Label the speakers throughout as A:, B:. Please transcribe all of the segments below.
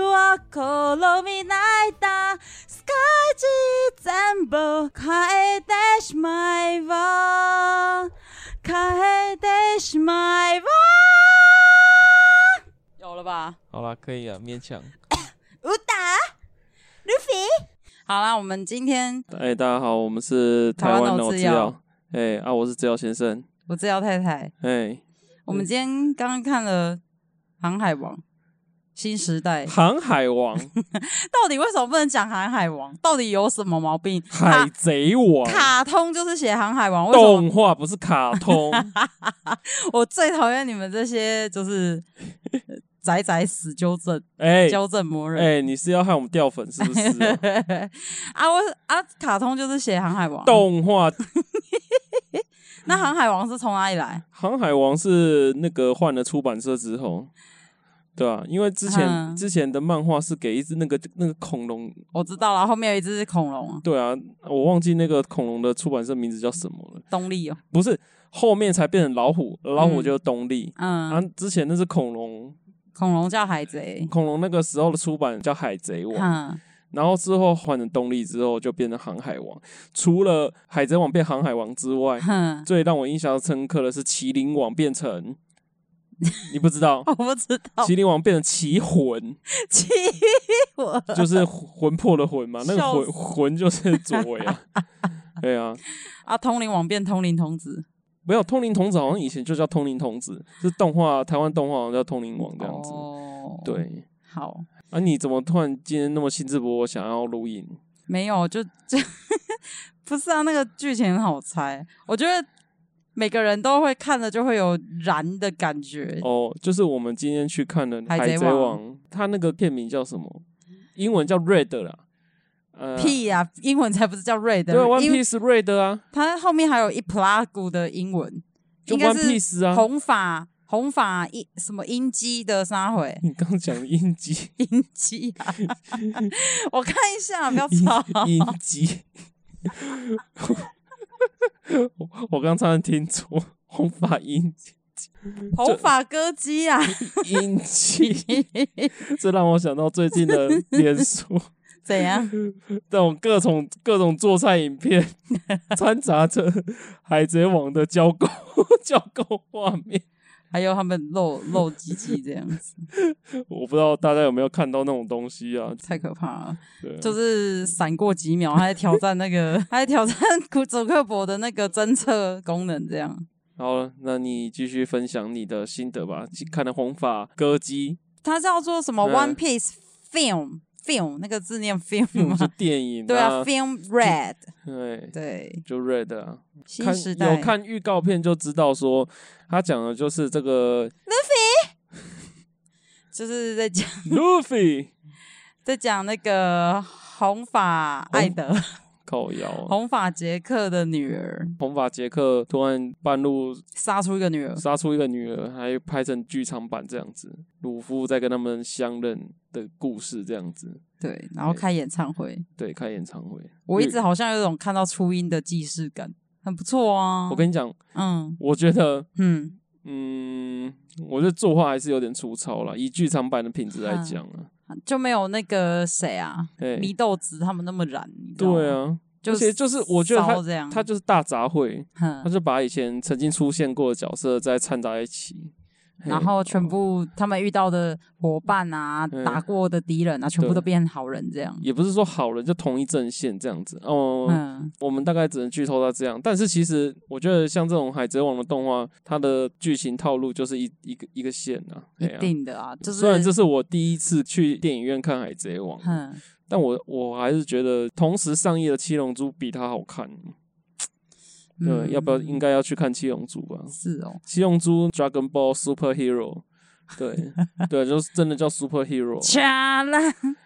A: は転び泣いたスカイジ全部変えてしまえば変えてしまえば有了吧？
B: 好啦，可以啊，勉强。
A: 武打，Luffy。好啦，我们今天
B: 哎、大家好，我们是台湾脑
A: 台湾脑制
B: 制
A: 药
B: 药。哎、啊，我是制药先生。
A: 我知道太太，
B: 哎、
A: 我们今天刚刚看了《航海王》新时代，
B: 航海 王、
A: 到底为什么不能讲《航海王》？到底有什么毛病？
B: 海贼王、
A: 卡通就是写《航海王》，为什么？
B: 动画不是卡 通，
A: 我最讨厌你们这些就是呃宅宅死纠正、
B: 哎
A: 纠正魔人、
B: 哎，你是要害我们掉粉是不是 啊、
A: 啊！我啊，卡通就是写《航海王》，
B: 动画《
A: 那《航海王》是从哪里来？
B: 航海王》是那个换了出版社之后，对啊，因为之前、
A: 嗯
B: 之前的漫画是给一只那个那个恐龙，
A: 我知道了，后面有一只是恐龙，
B: 对啊，我忘记那个恐龙的出版社名字叫什么了，
A: 东立哦，
B: 不是后面才变成老虎，老虎就是东立。
A: 嗯，
B: 啊，之前那是恐龙，
A: 恐龙叫海贼，
B: 恐龙那个时候的出版叫《海贼王》，
A: 嗯，
B: 然后之后换成动力之后就变成《航海王》。除了《海贼王》变《航海王》之外，
A: 哼，
B: 最让我印象深刻的是《麒麟王》变成，你不知道，
A: 我不知道
B: 《麒麟王》变成奇魂，
A: 气我。
B: 就是魂魄的魂嘛，那个
A: 笑
B: 魂
A: 死
B: 魂就是左为 啊，对啊，
A: 啊，通灵王变通灵童子
B: 没有通灵童子好像以前就叫通灵童子，是动画台湾动画好像叫通灵王这样子，
A: 哦，，
B: 对。
A: 好，
B: 啊，你怎么突然今天那么兴致勃勃想要录音？
A: 没有，就就不是啊，那个剧情很好猜，我觉得每个人都会看了就会有燃的感觉。
B: 哦，就是我们今天去看了《
A: 海
B: 海
A: 贼
B: 贼
A: 王
B: 王》，它那个片名叫什么？英文叫 Red 啦，呃，
A: 屁呀、英文才不是叫 Red，
B: 对，One
A: 因为
B: Piece Red 啊，
A: 它后面还有一 plug 的英文，
B: 就
A: 应该
B: One
A: 是
B: Piece 啊。
A: 红发红发一什么英姬的杀回
B: 你刚讲的 音机，
A: 英姬啊， 我看一下，不要
B: 音
A: 吵。
B: 音机，我我刚差点听错，红发音
A: 红发歌姬啊，
B: 音 机，这让我想到最近的脸书。
A: 怎 样？
B: 这种各种各种做菜影 片，掺杂着《海贼王》的交媾 交媾画面。
A: 还有他们露露鸡鸡这样子，
B: 我不知道大家有没有看到那种东西啊？
A: 太可怕了！
B: 对啊，
A: 就是闪过几秒，他在挑战那 个，他在挑战古佐克伯的那个侦测功能，这样。
B: 好了，那你继续分享你的心得吧。看了《红发 歌姬
A: 它叫做什么
B: 嗯
A: One Piece Film Film 那个字念》
B: 嗯
A: film
B: 是
A: 吗？
B: 电影、
A: 对啊
B: 啊，
A: ，Film Red
B: 对，
A: 对
B: 就 Red 啊。
A: 新
B: 看
A: 时代
B: 有看预告片就知道说，他讲的就是这个
A: 就是在讲
B: Luffy
A: 在讲那个红发艾德
B: 靠腰、啊。
A: 红发杰克的女儿
B: 红发杰克突然半路
A: 杀出一个 女儿，
B: 杀出一个女儿，还拍成剧场版这样子，鲁夫在跟他们相认的故事这样子，
A: 对，然后开演唱会。
B: 对，开演唱会。
A: 我一直好像有种看到初音的既视感，很不错啊。
B: 我跟你讲，
A: 嗯
B: 我觉得，
A: 嗯，
B: 嗯，我觉得作画还是有点粗糙啦，以剧场版的品质来讲啊，
A: 就没有那个谁啊，
B: 哎、
A: 祢豆子他们那么燃。你知道吗
B: 对，啊，
A: 就
B: 而且就是我觉得他
A: 骚这样，
B: 他嗯就是大杂烩，他
A: 哼，
B: 就把以前曾经出现过的角色再掺杂一起，嘿
A: 然后全部他们遇到的伙伴啊，
B: 嗯
A: 打过的敌人啊，全部
B: 对
A: 都变好人这样。
B: 也不是说好人就同一阵线这样子哦。
A: 嗯，
B: 我们大概只能剧透到这样，但是其实我觉得像这种《海贼王》的动画，它的剧情套路就是一一个一个线啊。
A: 一
B: 哎呀
A: 定的啊，就
B: 虽然这
A: 是
B: 是我第一次去电影院看《海贼王》，
A: 哼，
B: 但我我还是觉得同时上映的《七龙珠》比它好看。对，
A: 嗯
B: 要不要应该要去看《七龙珠》吧？《
A: 是哦，
B: 七龙珠》Dragon Ball Super Hero，对 对，就是真的叫 Super Hero。
A: 卡啦，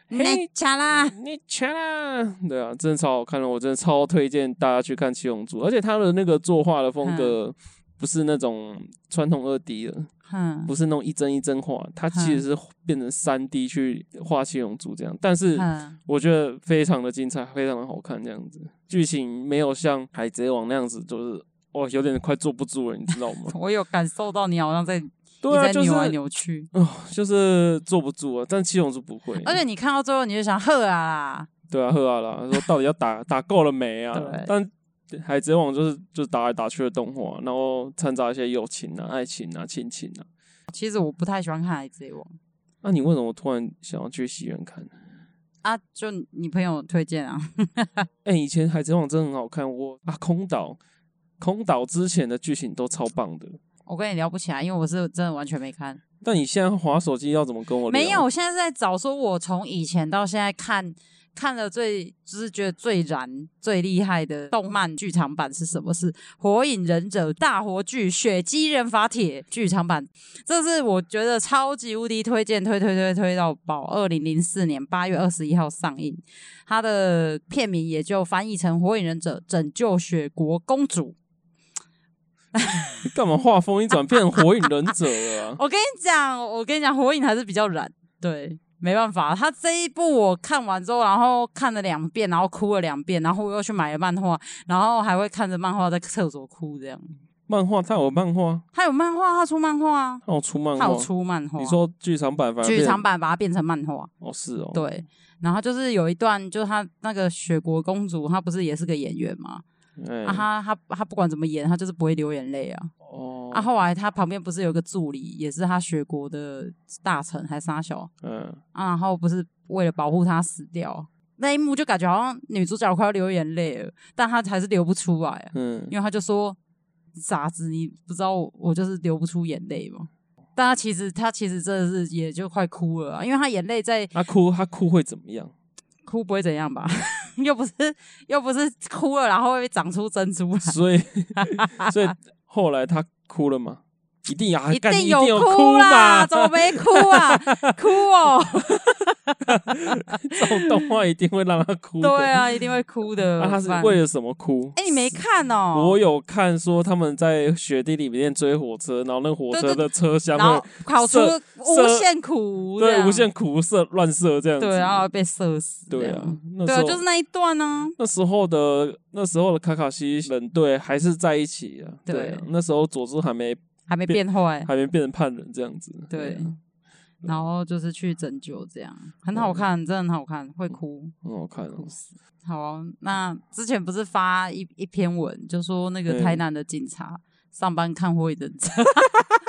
A: 那卡啦，
B: 你全啦，对啊，真的超好看的，我真的超推荐大家去看《七龙珠》，而且他的那个作画的风
A: 嗯
B: 格不是那种传统二 D 的，
A: 哼
B: 不是那种一帧一帧画，它其
A: 嗯
B: 实是变成三 D 去画《七龙珠》这样，但是
A: 哼，
B: 我觉得非常的精彩，非常的好看，这样子剧情没有像《
A: ？
B: 海贼王》那样子，就是哇，有点快坐不住了，你知道吗
A: 我有感受到你好像在
B: 对啊，
A: 一直
B: 就
A: 在
B: 是啊
A: 扭来扭去，
B: 就是坐不住啊，但七龙珠不会。
A: 而且你看到最后你就想呵啊啦，
B: 对啊，赫啊啦，说到底要打 打够了没啊
A: 对？
B: 但海贼王就是就是打来打去的动画，然后掺杂一些友情啊、爱情啊、亲情啊。
A: 其实我不太喜欢看《海贼王》
B: 那、你为什么突然想要去戏院看？
A: 啊，就你朋友推荐啊，
B: 哎、以前海贼王真的很好看，我啊空岛，空岛之前的剧情都超棒的。
A: 我跟你聊不起来，因为我是真的完全没看。
B: 但你现在滑手机要怎么跟我聊？
A: 没有，我现在是在找说，我从以前到现在看看了最就是觉得最燃、最厉害的动漫剧场版是什么？是《火影忍者》大火剧《血肌忍法帖》剧场版，这是我觉得超级无敌推荐，推推推推到爆！二零零四年八月二十一号上映，它的片名也就翻译成《火影忍者拯救雪国公主》。
B: 你干嘛画风一转变成火影忍者 了、啊？
A: 我跟你讲，我跟你讲，火影还是比较燃，对，没办法，他这一部我看完之后，然后看了两遍，然后哭了两遍，然后我又去买了漫画，然后还会看着漫画在厕所哭这样。
B: 漫画它有漫画，
A: 他有漫画，他出漫画啊，
B: 它有出漫
A: 他
B: 画
A: 有。出漫画。
B: 你说剧场版反而
A: 剧
B: 变
A: 场版把它变成漫画，
B: 哦是哦，
A: 对。然后就是有一段，就是他那个雪国公主，她不是也是个演员吗？
B: 哎、
A: 啊，她她她不管怎么演，她就是不会流眼泪啊。
B: 哦，
A: 啊，后来她旁边不是有一个助理，也是她雪国的大臣还是啥小，
B: 嗯，
A: 啊，然后不是为了保护他死掉，那一幕就感觉好像女主角快要流眼泪了，但她还是流不出来、啊，
B: 嗯，
A: 因为她就说傻子，你不知道我我就是流不出眼泪嘛。但她其实她其实真的是也就快哭了啊、因为她眼泪在
B: 他哭，他哭会怎么 样？
A: 哭不会怎样吧， 又不是又不是哭了然后会长出珍珠 来。
B: 所以，所以后来他哭了嘛？一定啊，
A: 一
B: 干
A: 定
B: 一定有
A: 哭啦，
B: 嘛？
A: 怎么没哭啊？ 哭哦，
B: 这种动画一定会让他哭的。
A: 对，啊，一定会哭 的。
B: 那他是
A: 怎么办
B: 为了什么哭？
A: 哎，你没看哦？
B: 我有看说他们在雪地里面追火车，然后那火车
A: 对对
B: 的车厢
A: 然后
B: 会
A: 烤出
B: 射
A: 无限苦，这
B: 对
A: 样
B: 无限苦射乱射这样子。
A: 对，然后被射死，
B: 对
A: 这
B: 啊
A: 样，
B: 那
A: 对
B: 时
A: 啊，
B: 候
A: 就是那一段呢。
B: 那时候的那时候的卡卡西人队还是在一起啊。
A: 对
B: 对啊，那时候佐助还没
A: 还没变坏，
B: 还没变成叛人这样子。
A: 对
B: 啊，
A: 然后就是去拯救，这样很好
B: 啊
A: 看，真的很好看，会哭。
B: 很好看哦。
A: 好啊、那之前不是发一一篇文，就说那个
B: 嗯
A: 台南的警察上班看火影忍者，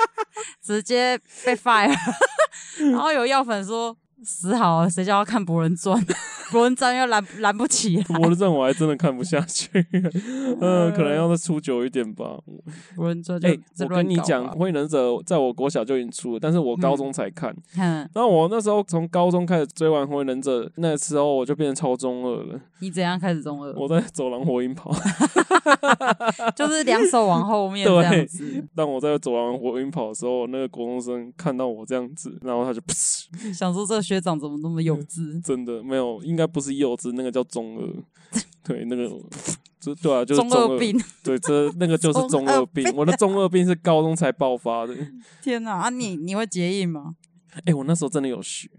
A: 直接 被 fire，然后有药粉说死好了，谁叫他看博人传，博人传又拦拦不起啊来，
B: 我的阵我还真的看不下去，嗯，可能要再出久一点吧。
A: 博人传就
B: 哎、
A: 在
B: 我
A: 乱
B: 跟你
A: 搞嗯
B: 讲，《
A: 啊
B: 火影忍者》在我国小就已经出了，但是我高中才看。
A: 哼
B: 那、我那时候从高中开始追完《火影忍者》，那时候我就变成超中二了。
A: 你怎样开始中二？
B: 我在走廊火影跑，
A: 就是两手往后 面这样子，
B: 当我在走廊火影跑的时候，那个国中生看到我这样子，然后他就
A: 想说这个学长怎么那么幼
B: 嗯
A: 稚，
B: 真的没有，应该不是幼稚，那个叫中二。对，那个这对啊，就是
A: 中
B: 中
A: 二病，
B: 对，这那个就是
A: 中
B: 中
A: 二
B: 二病。我的中二病是高中才爆发的。
A: 天哪！啊，你你会结印吗？
B: 哎、我那时候真的有学，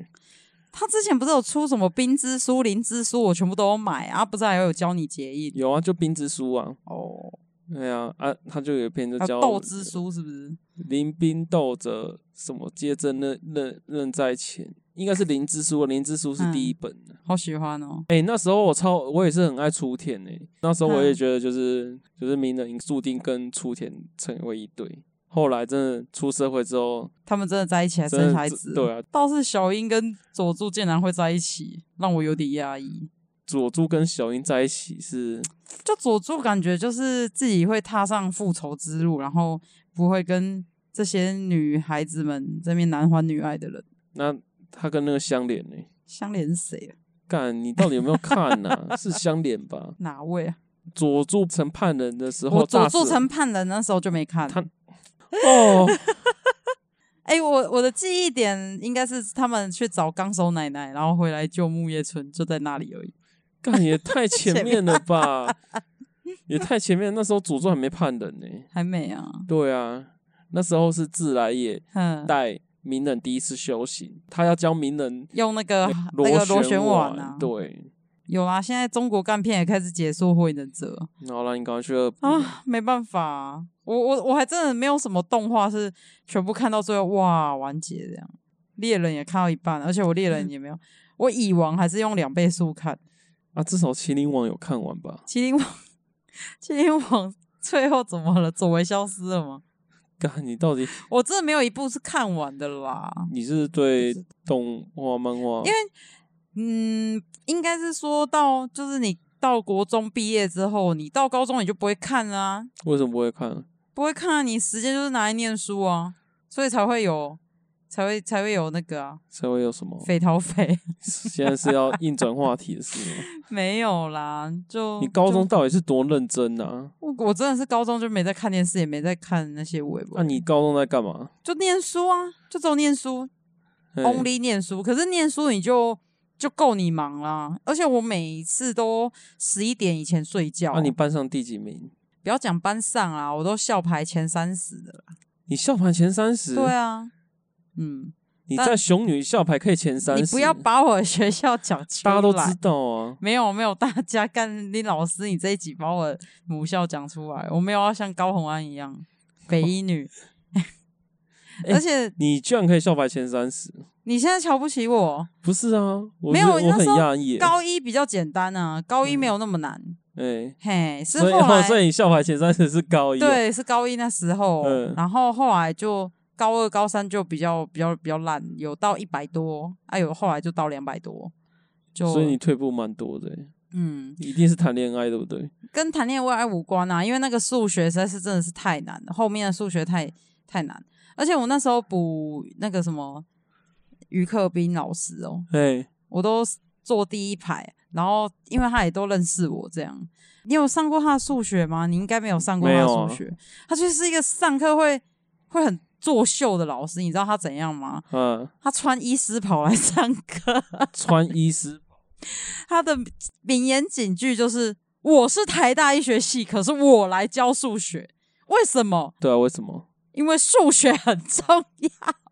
A: 他之前不是有出什么冰之书、灵之书，我全部都有买啊，不是还有教你结印
B: 有啊，就冰之书啊，
A: 哦，
B: 对啊，啊，他就有一篇就
A: 还
B: 叫
A: 有斗之书是不是？
B: 临兵斗者什么皆真认认认在前，应该是灵之书，灵之书是第
A: 嗯
B: 一本的。
A: 好喜欢哦，
B: 哎、那时候我超，我也是很爱出田诶、那时候
A: 嗯
B: 我也觉得就是、就是鸣人注定跟出田成为一对。后来真的出社会之后，
A: 他们真的在一起还
B: 真
A: 生
B: 的
A: 孩子，
B: 对啊，
A: 倒是小樱跟佐助竟然会在一起，让我有点压抑。
B: 佐助跟小樱在一起是
A: 就佐助感觉就是自己会踏上复仇之路，然后不会跟这些女孩子们这边男欢女爱的人
B: 那他跟那个相连呢、
A: 相连谁啊？
B: 干，你到底有没有看呐、 是相连吧？
A: 哪位啊？
B: 佐助成叛人的时候
A: 我佐
B: 大死，
A: 助 成叛人那时候就没看。
B: 他哦，
A: 哎、我我的记忆点应该是他们去找纲手奶奶，然后回来救木叶村，就在那里而已。
B: 干也太前面了吧， 也太前面。那时候佐助还没叛人呢、
A: 还没啊，
B: 对啊，那时候是自来也
A: 嗯，
B: 带鸣人第一次修行，他要教鸣人
A: 用那个那
B: 螺
A: 个螺旋
B: 丸，
A: 啊，
B: 对，
A: 有啦，现在中国干片也开始解说火影忍者
B: 好了，你赶快去恶补
A: 啊，没办法啊、我我我还真的没有什么动画是全部看到最后哇完结这样，猎人也看到一半，而且我猎人也没有，我蚁王还是用两倍速看，
B: 啊！至少《麒麟王》有看完吧？
A: 麒麟王麒麟王最后怎么了？佐为消失了吗？
B: 干，你到底
A: 我真的没有一部是看完的啦。
B: 你是对动画、漫画？
A: 因为嗯，应该是说到就是你到国中毕业之后，你到高中你就不会看啊，
B: 为什么不会看？
A: 不会看、啊，你时间就是拿来念书啊，所以才会有才会才会有那个啊，
B: 才会有什么？
A: 匪逃匪
B: 现在是要硬转话题的事吗？
A: 没有啦，就
B: 你高中
A: 哦就
B: 到底是多认真啊？
A: 我我真的是高中就没在看电视，也没在看那些微博，
B: 啊那、你高中在干嘛
A: 就念书啊，就只有念书，
B: 嘿
A: only 念书，可是念书你就就够你忙啦。而且我每一次都十一点以前睡觉。
B: 那、啊你班上第几名？
A: 不要讲班上啊，我都校排前三十的了。
B: 你校排前三十？
A: 对啊，嗯，
B: 你
A: 但
B: 在熊女校排可以前三十？
A: 你不要把我的学校讲出来。
B: 大家都知道啊。
A: 没有没有，大家干你老师，你这一集把我的母校讲出来，我没有要像高红安一样北一女，
B: 哎
A: 而且
B: 你居然可以校排前三十？
A: 你现在瞧不起我，
B: 不是啊，我
A: 没有
B: 觉得我
A: 那
B: 很
A: 时候
B: 讶异耶。
A: 高一比较简单啊，高一没有那么难，
B: 哎，
A: 嘿，是
B: 所以
A: 后
B: 哦
A: 来
B: 所以你校排前三十是高一啊，
A: 对，是高一那时候，
B: 嗯
A: 然后后来就高二、高三就比较比较比较烂，有到一百多，哎有后来就到两百多，就
B: 所以你退步蛮多的耶。欸
A: 嗯，
B: 一定是谈恋爱，对不对？
A: 跟谈恋爱无关啊，因为那个数学实在是真的是太难了，后面的数学太太难，而且我那时候补那个什么于克斌老师哦，
B: 哎，
A: 我都坐第一排。然后，因为他也都认识我，这样。你有上过他的数学吗？你应该没有上过他的
B: 没有啊
A: 数学。他就是一个上课会会很作秀的老师，你知道他怎样吗？
B: 嗯，
A: 他穿医师袍来上课，
B: 穿 医师，
A: 他的名言警句就是：“我是台大医学系，可是我来教数学，为什么？
B: 对啊，为什么？
A: 因为数学很重要。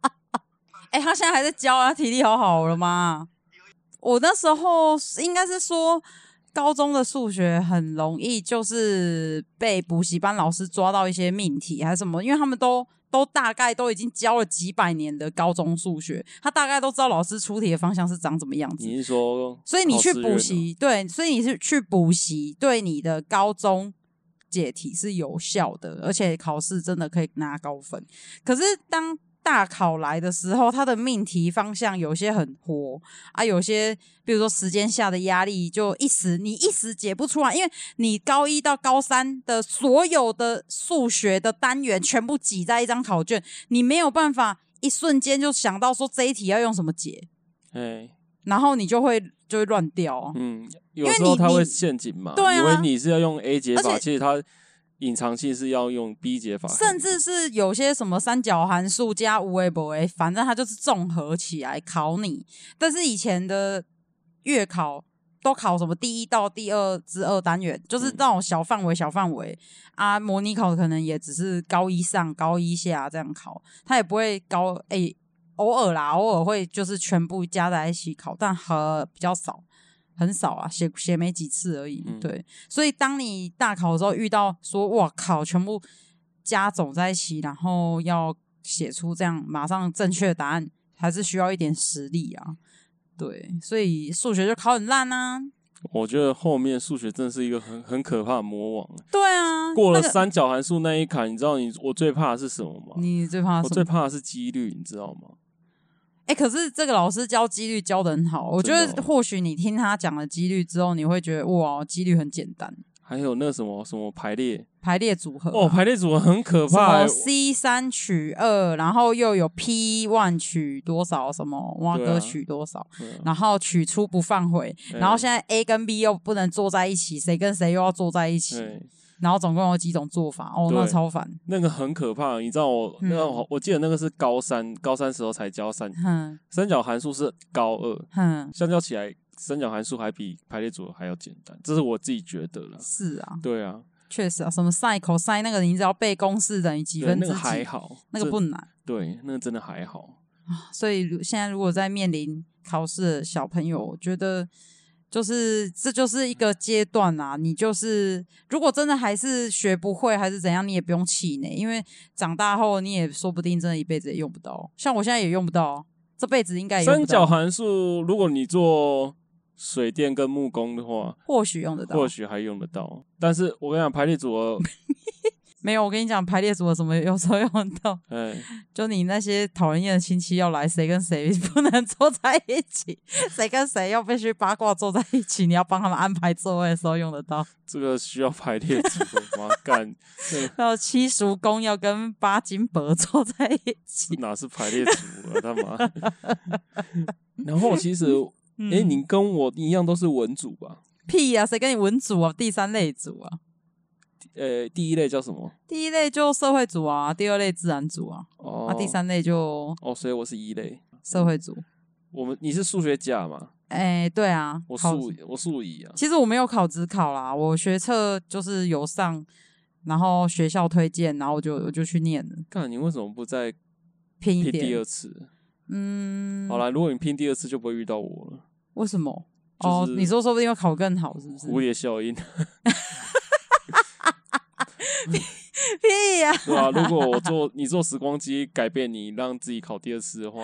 A: 哎、他现在还在教啊，体力好好了吗？我那时候应该是说，高中的数学很容易就是被补习班老师抓到一些命题还是什么，因为他们都都大概都已经教了几百年的高中数学，他大概都知道老师出题的方向是长什么样子。
B: 你是说，
A: 所以你去
B: 哦
A: 补，习，对，所以你是去补习，对你的高中解题是有效的，而且考试真的可以拿高分。可是当大考来的时候，它的命题方向有些很活啊，有些比如说时间下的压力，就一时你一时解不出来，因为你高一到高三的所有的数学的单元全部挤在一张考卷，你没有办法一瞬间就想到说这一题要用什么解，
B: 哎，
A: 然后你就会就会乱掉、哦
B: 嗯，有
A: 为
B: 时候
A: 你
B: 它会
A: 你
B: 陷阱嘛，
A: 对啊
B: 以为你是要用 A 解
A: 而
B: 法，
A: 且
B: 其实它隐藏性是要用 B 解法，
A: 甚至是有些什么三角函数加无为不为，反正它就是综合起来考你。但是以前的月考都考什么第一到第二之二单元，就是
B: 嗯
A: 那种小范围、小范围啊。模拟考可能也只是高一上、高一下这样考，它也不会高诶、偶尔啦，偶尔会就是全部加在一起考，但和比较少。很少啊，写写没几次而已。
B: 嗯
A: 对，所以当你大考的时候遇到说“哇靠”，全部加总在一起，然后要写出这样马上正确的答案，还是需要一点实力啊。对，所以数学就考很烂啊。
B: 我觉得后面数学真的是一个很很可怕的魔王。
A: 对啊，
B: 过了
A: 那个
B: 三角函数那一坎，你知道你我最怕的是什么吗？
A: 你最怕
B: 我
A: 什
B: 最
A: 么？
B: 怕的是几率，你知道吗？
A: 哎、可是这个老师教几率教的很好，我觉
B: 真的
A: 得
B: 哦
A: 或许你听他讲了几率之后，你会觉得哇，几率很简单，
B: 还有那什么什么排列，
A: 排列组合、
B: 哦，排列组合很可
A: 呃什
B: 怕、
A: 么
B: 欸。
A: C 三取二，然后又有 P one 取多少，什么蛙
B: 对
A: 哥
B: 啊
A: 取多少，
B: 对啊
A: 然后取出不放回，然后
B: 哎
A: 现在 A 跟 B 又不能坐在一起，谁跟谁又要坐在一起，
B: 对，
A: 然后总共有几种做法，哦，那
B: 对
A: 超烦，
B: 那个很可怕，你知道我、
A: 嗯
B: 那个我我记得那个是高三，高三时候才教三
A: 哼
B: 三角函数是高二，
A: 哼，
B: 相较起来，三角函数还比排列组合还要简单，这是我自己觉得啦。
A: 是啊，
B: 对啊，
A: 确实啊，什么 sin、cos 那个，你只要背公式等于几
B: 对
A: 分
B: 那
A: 之
B: 个还
A: 几，
B: 好，
A: 那个
B: 这
A: 不难，
B: 对，那个真的还好。
A: 所以如现在如果在面临考试的小朋友，我觉得就是这就是一个阶段啦、你就是如果真的还是学不会还是怎样，你也不用气馁，因为长大后你也说不定真的一辈子也用不到。像我现在也用不到，啊这辈子应该也用
B: 三
A: 不
B: 角
A: 到，
B: 函数，如果你做水电跟木工的话，
A: 或许用得到
B: 或。许还用得到。但是我跟你讲，排列组合，
A: 没有，我跟你讲，排列组合什么有时候用得到，
B: 哎，
A: 就你那些讨人厌的亲戚要来，谁跟谁 不能坐在一起，谁跟谁又必须八卦坐在一起，你要帮他们安排座位的时候用得到。
B: 这个需要排列组合吗？干，
A: 还
B: 那
A: 有七叔公要跟八金伯坐在一 起。
B: 哪是排列组合？他妈！ 然后其实，
A: 嗯
B: 哎、你跟我一样都是文组吧？
A: 屁呀、谁跟你文组啊？第三类组啊？
B: 呃，第一类叫什么？
A: 第一类就社会组啊，第二类自然组啊，
B: 哦，
A: 啊，第三类就
B: 哦，所以我是一类。
A: 社会组。
B: 我们你是数学甲嘛？
A: 哎、对啊，
B: 我
A: 考
B: 数我数乙啊。
A: 其实我没有考职考啦，我学测就是有上，然后学校推荐，然后我就我就去念了，
B: 干，你为什么不再
A: 拼一
B: 拼第
A: 点
B: 二。哦次？
A: 嗯，
B: 好啦，如果你拼第二次，就不会遇到我了。
A: 为什么？
B: 就
A: 哦，
B: 是
A: 你说说不定会考更好，是不是？
B: 蝴蝶效应，
A: 屁呀、
B: 对啊，如果我做你做时光机改变你，让自己考第二次的话，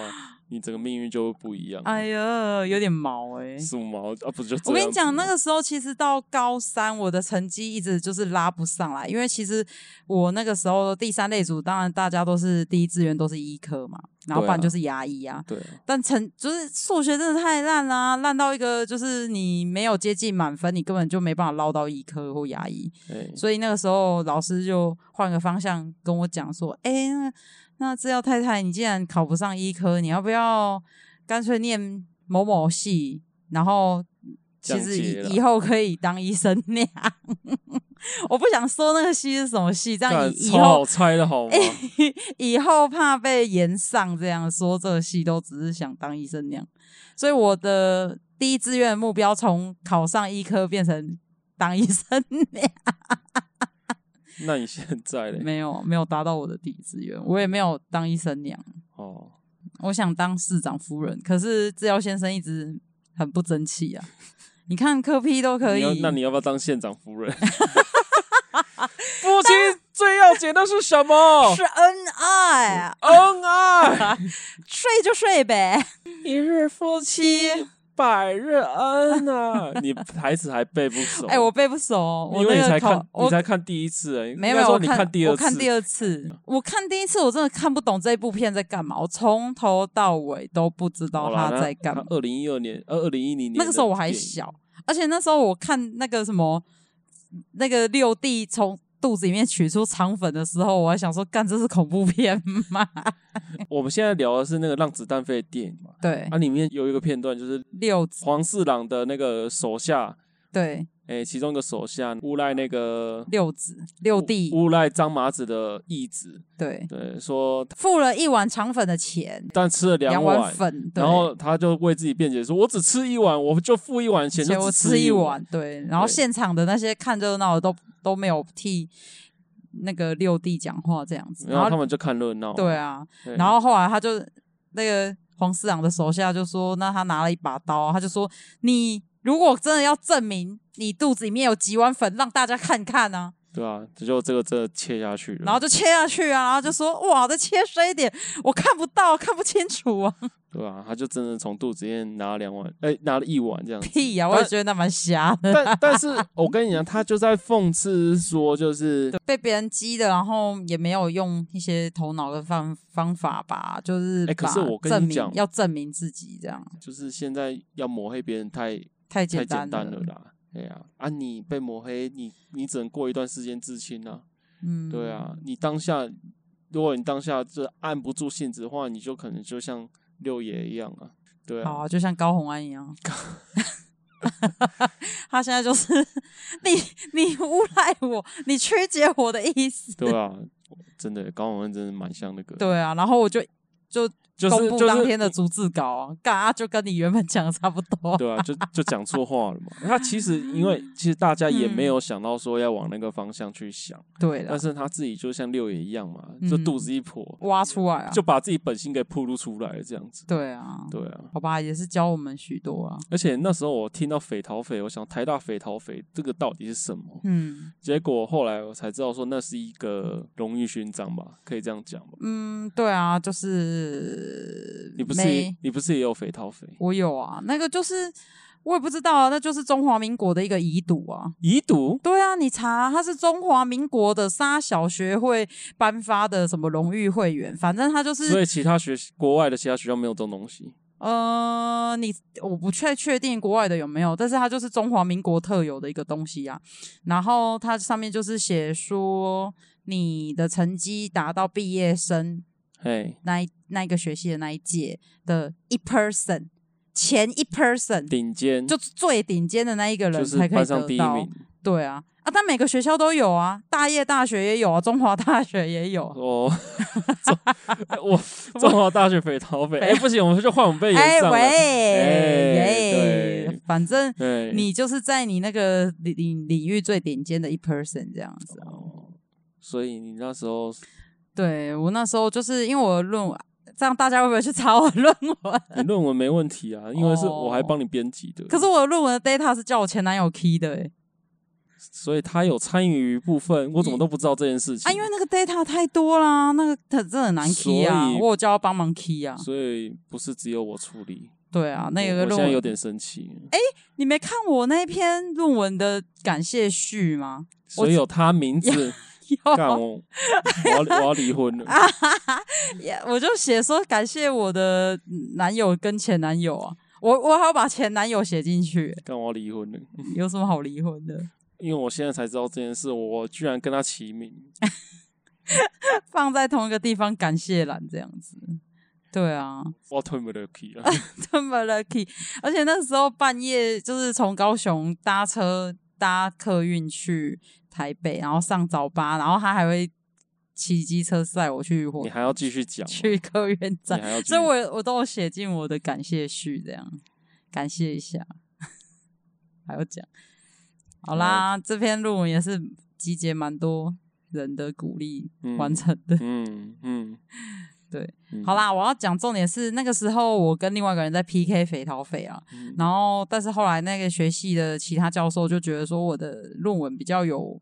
B: 你整个命运就会不一样。
A: 哎呀，有点毛哎、
B: 数毛啊，不就这
A: 我跟
B: 样
A: 你
B: 子
A: 讲，那
B: 吗
A: 个时候其实到高三，我的成绩一直就是拉不上来，因为其实我那个时候第三类组，当然大家都是第一志愿都是医科嘛，然后不然
B: 对啊
A: 就是牙医啊。
B: 对啊，
A: 但成就是数学真的太烂啦、烂到一个就是你没有接近满分，你根本就没办法捞到医科或牙医。
B: 哎，
A: 所以那个时候老师就换个方向跟我讲说：“哎、那那资料太太，你既然考不上医科，你要不要干脆念某某系？然后其实
B: 降阶啦
A: 以以后可以当医生那样。 我不想说那个系是什么系，这样
B: 干
A: 以以
B: 超好
A: 后哎
B: 猜的好吗？
A: 以后怕被延上，这样说这个系都只是想当医生那样。所以我的第一志愿的目标从考上医科变成当医生那样。”
B: 那你现在嘞？
A: 没有没有达到我的第一志愿，我也没有当医生娘，
B: 哦，
A: 我想当市长夫人，可是治疗先生一直很不争气啊。你看科批都可
B: 你
A: 以
B: 要，那你要不要当县长夫 人？父亲最要紧的是什么
A: 哦是？恩爱啊，
B: 恩爱，
A: 睡就睡呗。
B: 一日夫妻百日恩啊！ 你台词还背不熟？
A: 哎、我背不熟，我
B: 哦因为你
A: 那
B: 才
A: 个
B: 看
A: 考，
B: 你
A: 我
B: 才看第一次哎，
A: 没有
B: 应该
A: 没有，
B: 说
A: 我
B: 你看第二
A: 我看第
B: 次，嗯
A: 二次，我看第一次我真的看不懂这部片在干嘛，我从头到尾都不知道他在干嘛。
B: 二零一二年，呃，二零一零年
A: 那个时候我还
B: 的电影，
A: 小，而且那时候我看那个什么那个六弟从肚子里面取出肠粉的时候，我还想说，干这是恐怖片 吗？
B: 我们现在聊的是那个《让子弹飞》的电影嘛，啊
A: 对，
B: 它里面有一个片段就是
A: 六子
B: 黄四郎的那个手下，
A: 对
B: 哎，其中一个手下诬赖那个
A: 六子六弟
B: 诬赖张麻子的义子，
A: 对，
B: 对，说
A: 付了一碗肠粉的钱，
B: 但吃了两
A: 碗
B: 碗，
A: 粉，对
B: 然后他就为自己辩解说，我只吃一碗，我就付一碗钱，
A: 且
B: 就
A: 我
B: 只
A: 吃
B: 一
A: 一碗，，对，然后
B: 对
A: 现场的那些看热闹的都都没有替那个六弟讲话这样子，
B: 然后
A: 然
B: 他
A: 后
B: 们就看热闹，
A: 对啊，
B: 哦对，
A: 然后后来他就那个黄四郎的手下就说，那他拿了一把刀，他就说，你如果真的要证明你肚子里面有几碗粉，让大家看看啊，
B: 对啊，这就这个真的切下去了，
A: 然后就切下去啊，然后就说，哇，再切深一点，我看不到，看不清楚啊，
B: 对啊，他就真的从肚子里面拿了两碗，哎、拿了一碗这 样子。
A: 屁呀、我也觉得那蛮瞎的，
B: 但但是我跟你讲，他就在讽刺说，就是
A: 被别人激的，然后也没有用一些头脑的方方法吧，就是把
B: 哎可是我跟
A: 证
B: 你
A: 明
B: 讲
A: 要证明自己这样
B: 就是现在要抹黑别人太
A: 太
B: 太
A: 简单
B: 简
A: 了，
B: 单了啦。对啊，啊你被抹黑，你你只能过一段时间自清啊。
A: 嗯，
B: 对啊，你当下如果你当下就按不住性子的话，你就可能就像六爷一样啊。对
A: 好
B: 啊，
A: 啊，就像高红安一 样。 他现在就是 你，你诬赖我，你曲解我的意思。
B: 对啊，真的高洪恩真的蛮像那个。
A: 对啊，然后我就就
B: 就是
A: 公布
B: 就是
A: 当天的逐字稿啊，干啊就跟你原本讲的差不多。
B: 对啊，就就讲错话了嘛。他其实因为其实大家也没有想到说要往那个方向去想，
A: 嗯对啊
B: 但
A: 了，
B: 是他自己就像六爷一样嘛，就肚子一破，
A: 挖出来啊，
B: 呃就把自己本性给暴露出来了，这样子。
A: 对啊，
B: 对啊，
A: 好吧，也是教我们许多啊。
B: 而且那时候我听到匪逃匪，我想台大匪逃匪这个到底是什么？
A: 嗯
B: 结果后来我才知道说那是一个荣誉勋章吧，可以这样讲吧？
A: 嗯，对啊，就是
B: 你不是
A: 没
B: 也你不是也有匪逃匪
A: 我有啊，那个就是我也不知道啊，那就是中华民国的一个遗毒啊。
B: 遗毒？
A: 对啊，你查，他是中华民国的沙小学会颁发的什么荣誉会员，反正他就
B: 所
A: 是
B: 以其他学国外的其他学校没有这种东西。
A: 呃，你我不确确定国外的有没有，但是他就是中华民国特有的一个东西啊。然后它上面就是写说你的成绩达到毕业生
B: 嘿，
A: 那一那一个学期的那一届的一 person 前一 person
B: 顶尖
A: 就是最顶尖的那一个人
B: 就是
A: 才可以
B: 班上第
A: 得
B: 一
A: 到
B: 名。。
A: 对啊，啊，但每个学校都有啊，大业大学也有啊，中华大学也有 啊。
B: 哦， 中我 中华大学匪逃匪，哎、不行，我们就换我们被延上了。
A: 哎喂，
B: 哎
A: 耶，反正
B: 对，
A: 你就是在你那个领领领域最顶尖的一 person 这样子啊。
B: 哦，所以你那时候
A: 对我那时候就是因为我的论文，这样大家会不会去查我的论文？
B: 你论文没问题啊，因为是
A: 呃哦
B: 我还帮你编辑的。
A: 可是我的论文的 data 是叫我前男友 key 的、欸，
B: 所以他有参与部分，我怎么都不知道这件事情
A: 啊，因为那个 data 太多啦，那个它真的很难 key 啊，
B: 所以
A: 我有叫他帮忙 key 啊，
B: 所以不是只有我处理。
A: 对啊，那
B: 我
A: 个
B: 我现
A: 论
B: 在
A: 文哎
B: 有点生气，
A: 你没看我那篇论文的感谢序吗？
B: 所以有他名字，干
A: 有，
B: 我，我要我要离婚 了。
A: 啊也我就写说感谢我的男友跟前男友啊，我我还要把前男友写进去，
B: 干我要离婚了，
A: 有什么好离婚的？
B: 因为我现在才知道这件事，我居然跟他齐名，
A: 放在同一个地方感谢栏这样子，对啊，
B: 我吞不得气了。
A: 这么 lucky，而且那时候半夜就是从高雄搭车搭客运去台北，然后上早八，然后他还会骑机车载我去火
B: 你还要继续讲吗，
A: 去客运站
B: 你。还要继续
A: 所以我我都有写进我的感谢序，这样感谢一下， 还要讲。好啦，这篇论文也是集结蛮多人的鼓励
B: 嗯
A: 完成的。
B: 嗯嗯，
A: 对
B: 嗯，
A: 好啦，我要讲重点是那个时候我跟另外一个人在 PK 肥桃肥啊，
B: 嗯，
A: 然后但是后来那个学系的其他教授就觉得说我的论文比较有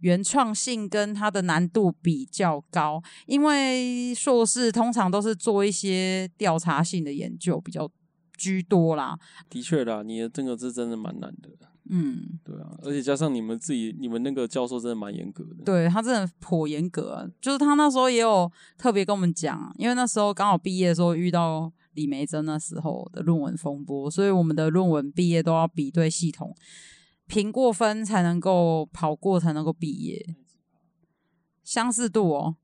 A: 原创性，跟它的难度比较高，因为硕士通常都是做一些调查性的研究比较居多啦。
B: 的确啦，你的这个是真的蛮难的，
A: 嗯，
B: 对啊，而且加上你们自己，你们那个教授真的蛮严格的，
A: 对他真的颇严格啊、就是他那时候也有特别跟我们讲啊，因为那时候刚好毕业的时候遇到。李梅珍那时候的论文风波，所以我们的论文毕业都要比对系统，评过分才能够跑过，才能够毕业。相似度哦。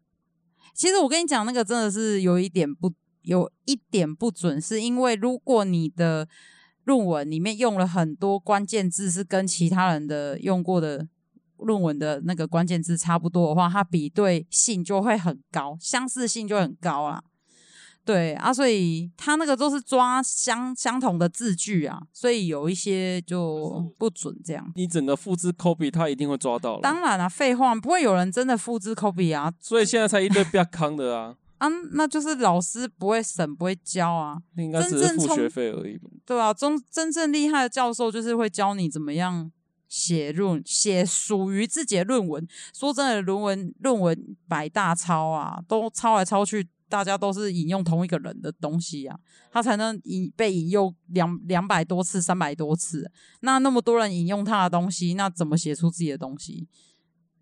A: 其实我跟你讲，那个真的是有一点不有一点不准，是因为如果你的论文里面用了很多关键字是跟其他人的用过的论文的那个关键字差不多的话，它比对性就会很高，相似性就会很高啦。对啊，所以它那个都是抓相相同的字句啊，所以有一些就不准这样。
B: 你整个复制 copy 他一定会抓到了，
A: 当然啦、废话，不会有人真的复制 copy 啊，
B: 所以现在才一堆不要康的啊，
A: 啊，那就是老师不会审，不会教啊，
B: 那应该只是
A: 真正
B: 付
A: 冲
B: 学费而已吧，
A: 对啊，中真正厉害的教授就是会教你怎么样写论，写属于自己的论文。说真的，论文论文百大抄啊，都抄来抄去，大家都是引用同一个人的东西啊，他才能引被引用两两百多次、三百多次。那那么多人引用他的东西，那怎么写出自己的东西？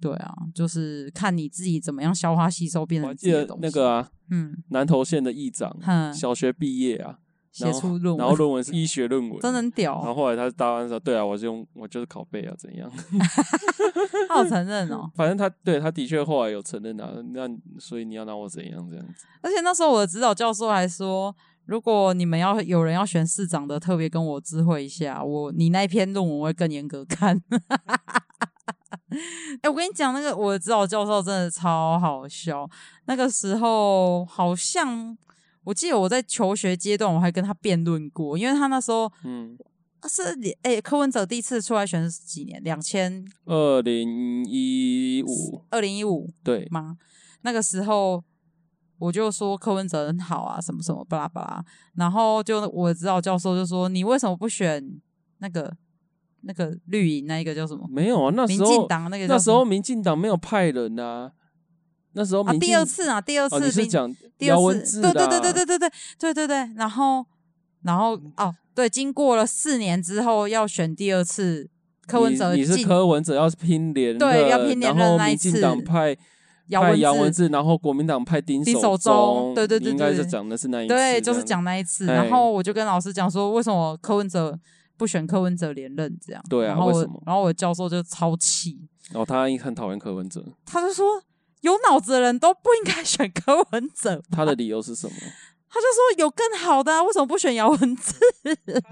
A: 对啊，就是看你自己怎么样消化吸收，变
B: 我
A: 成
B: 还
A: 自己
B: 记
A: 的
B: 得
A: 东西。
B: 那个啊，
A: 嗯，
B: 南投县的议长，
A: 哼
B: 小学毕业啊，
A: 写
B: 然后
A: 出论
B: 然后
A: 文，
B: 论文是医学论文，
A: 真的。很屌
B: 然
A: 哦、
B: 后后来他答案说：“对啊，我就用我就是拷贝啊，怎样？
A: 他有承认哦、
B: 反正他对他的确后来有承认啊，那所以你要拿我怎样这样子？
A: 而且那时候我的指导教授还说，如果你们要有人要选市长的，特别跟我知会一下，我你那篇论文我会更严格看。 哎、我跟你讲，那个我的指导教授真的超好笑。那个时候好像我记得我在求学阶段，我还跟他辩论过，因为他那时候
B: 嗯，
A: 是连哎、柯文哲第一次出来选是几年？两千
B: 二零一五，
A: 二零一五
B: 对，
A: 吗？那个时候我就说柯文哲很好啊，什么什么巴拉巴拉。然后就我指导教授就说：“你为什么不选那个那个绿营那一个叫什么？
B: 没有啊，那
A: 民
B: 时
A: 进
B: 候
A: 党那个叫
B: 那
A: 什
B: 时候
A: 么
B: 民进党没有派人啊，那时候
A: 啊，
B: 民进
A: 第二次啊，第二
B: 哦，
A: 次
B: 你是
A: 民
B: 讲
A: 第二
B: 姚文
A: 次，
B: 字
A: 对
B: 的
A: 对
B: 啊，嗯
A: 对对对对对对对对，然后然后哦，对，经过了四年之后要选第二次，柯文
B: 你
A: 哲
B: 你是
A: 进
B: 柯文哲要拼连任，
A: 对要拼连
B: 然
A: 任
B: 后
A: 那一
B: 民
A: 次
B: 进党派
A: 姚
B: 派
A: 文
B: 姚文
A: 字，
B: 字，然后国民党派丁
A: 丁守
B: 守
A: 中对对
B: 你
A: 对
B: 应
A: 对
B: 该是
A: 对
B: 讲的是那一次，
A: 对，就是讲。那一次。
B: 哎
A: 然后我就跟老师讲说，为什么柯文哲不选柯文哲连任这样？
B: 对啊
A: 然后
B: 为
A: 我
B: 什么
A: 然后我教授就超气，
B: 哦，他很讨厌柯文哲，
A: 他就说。有脑子的人都不应该 选柯文哲，
B: 他的理由 是什么？
A: 他就说有更好的、啊，为什么不选姚文字？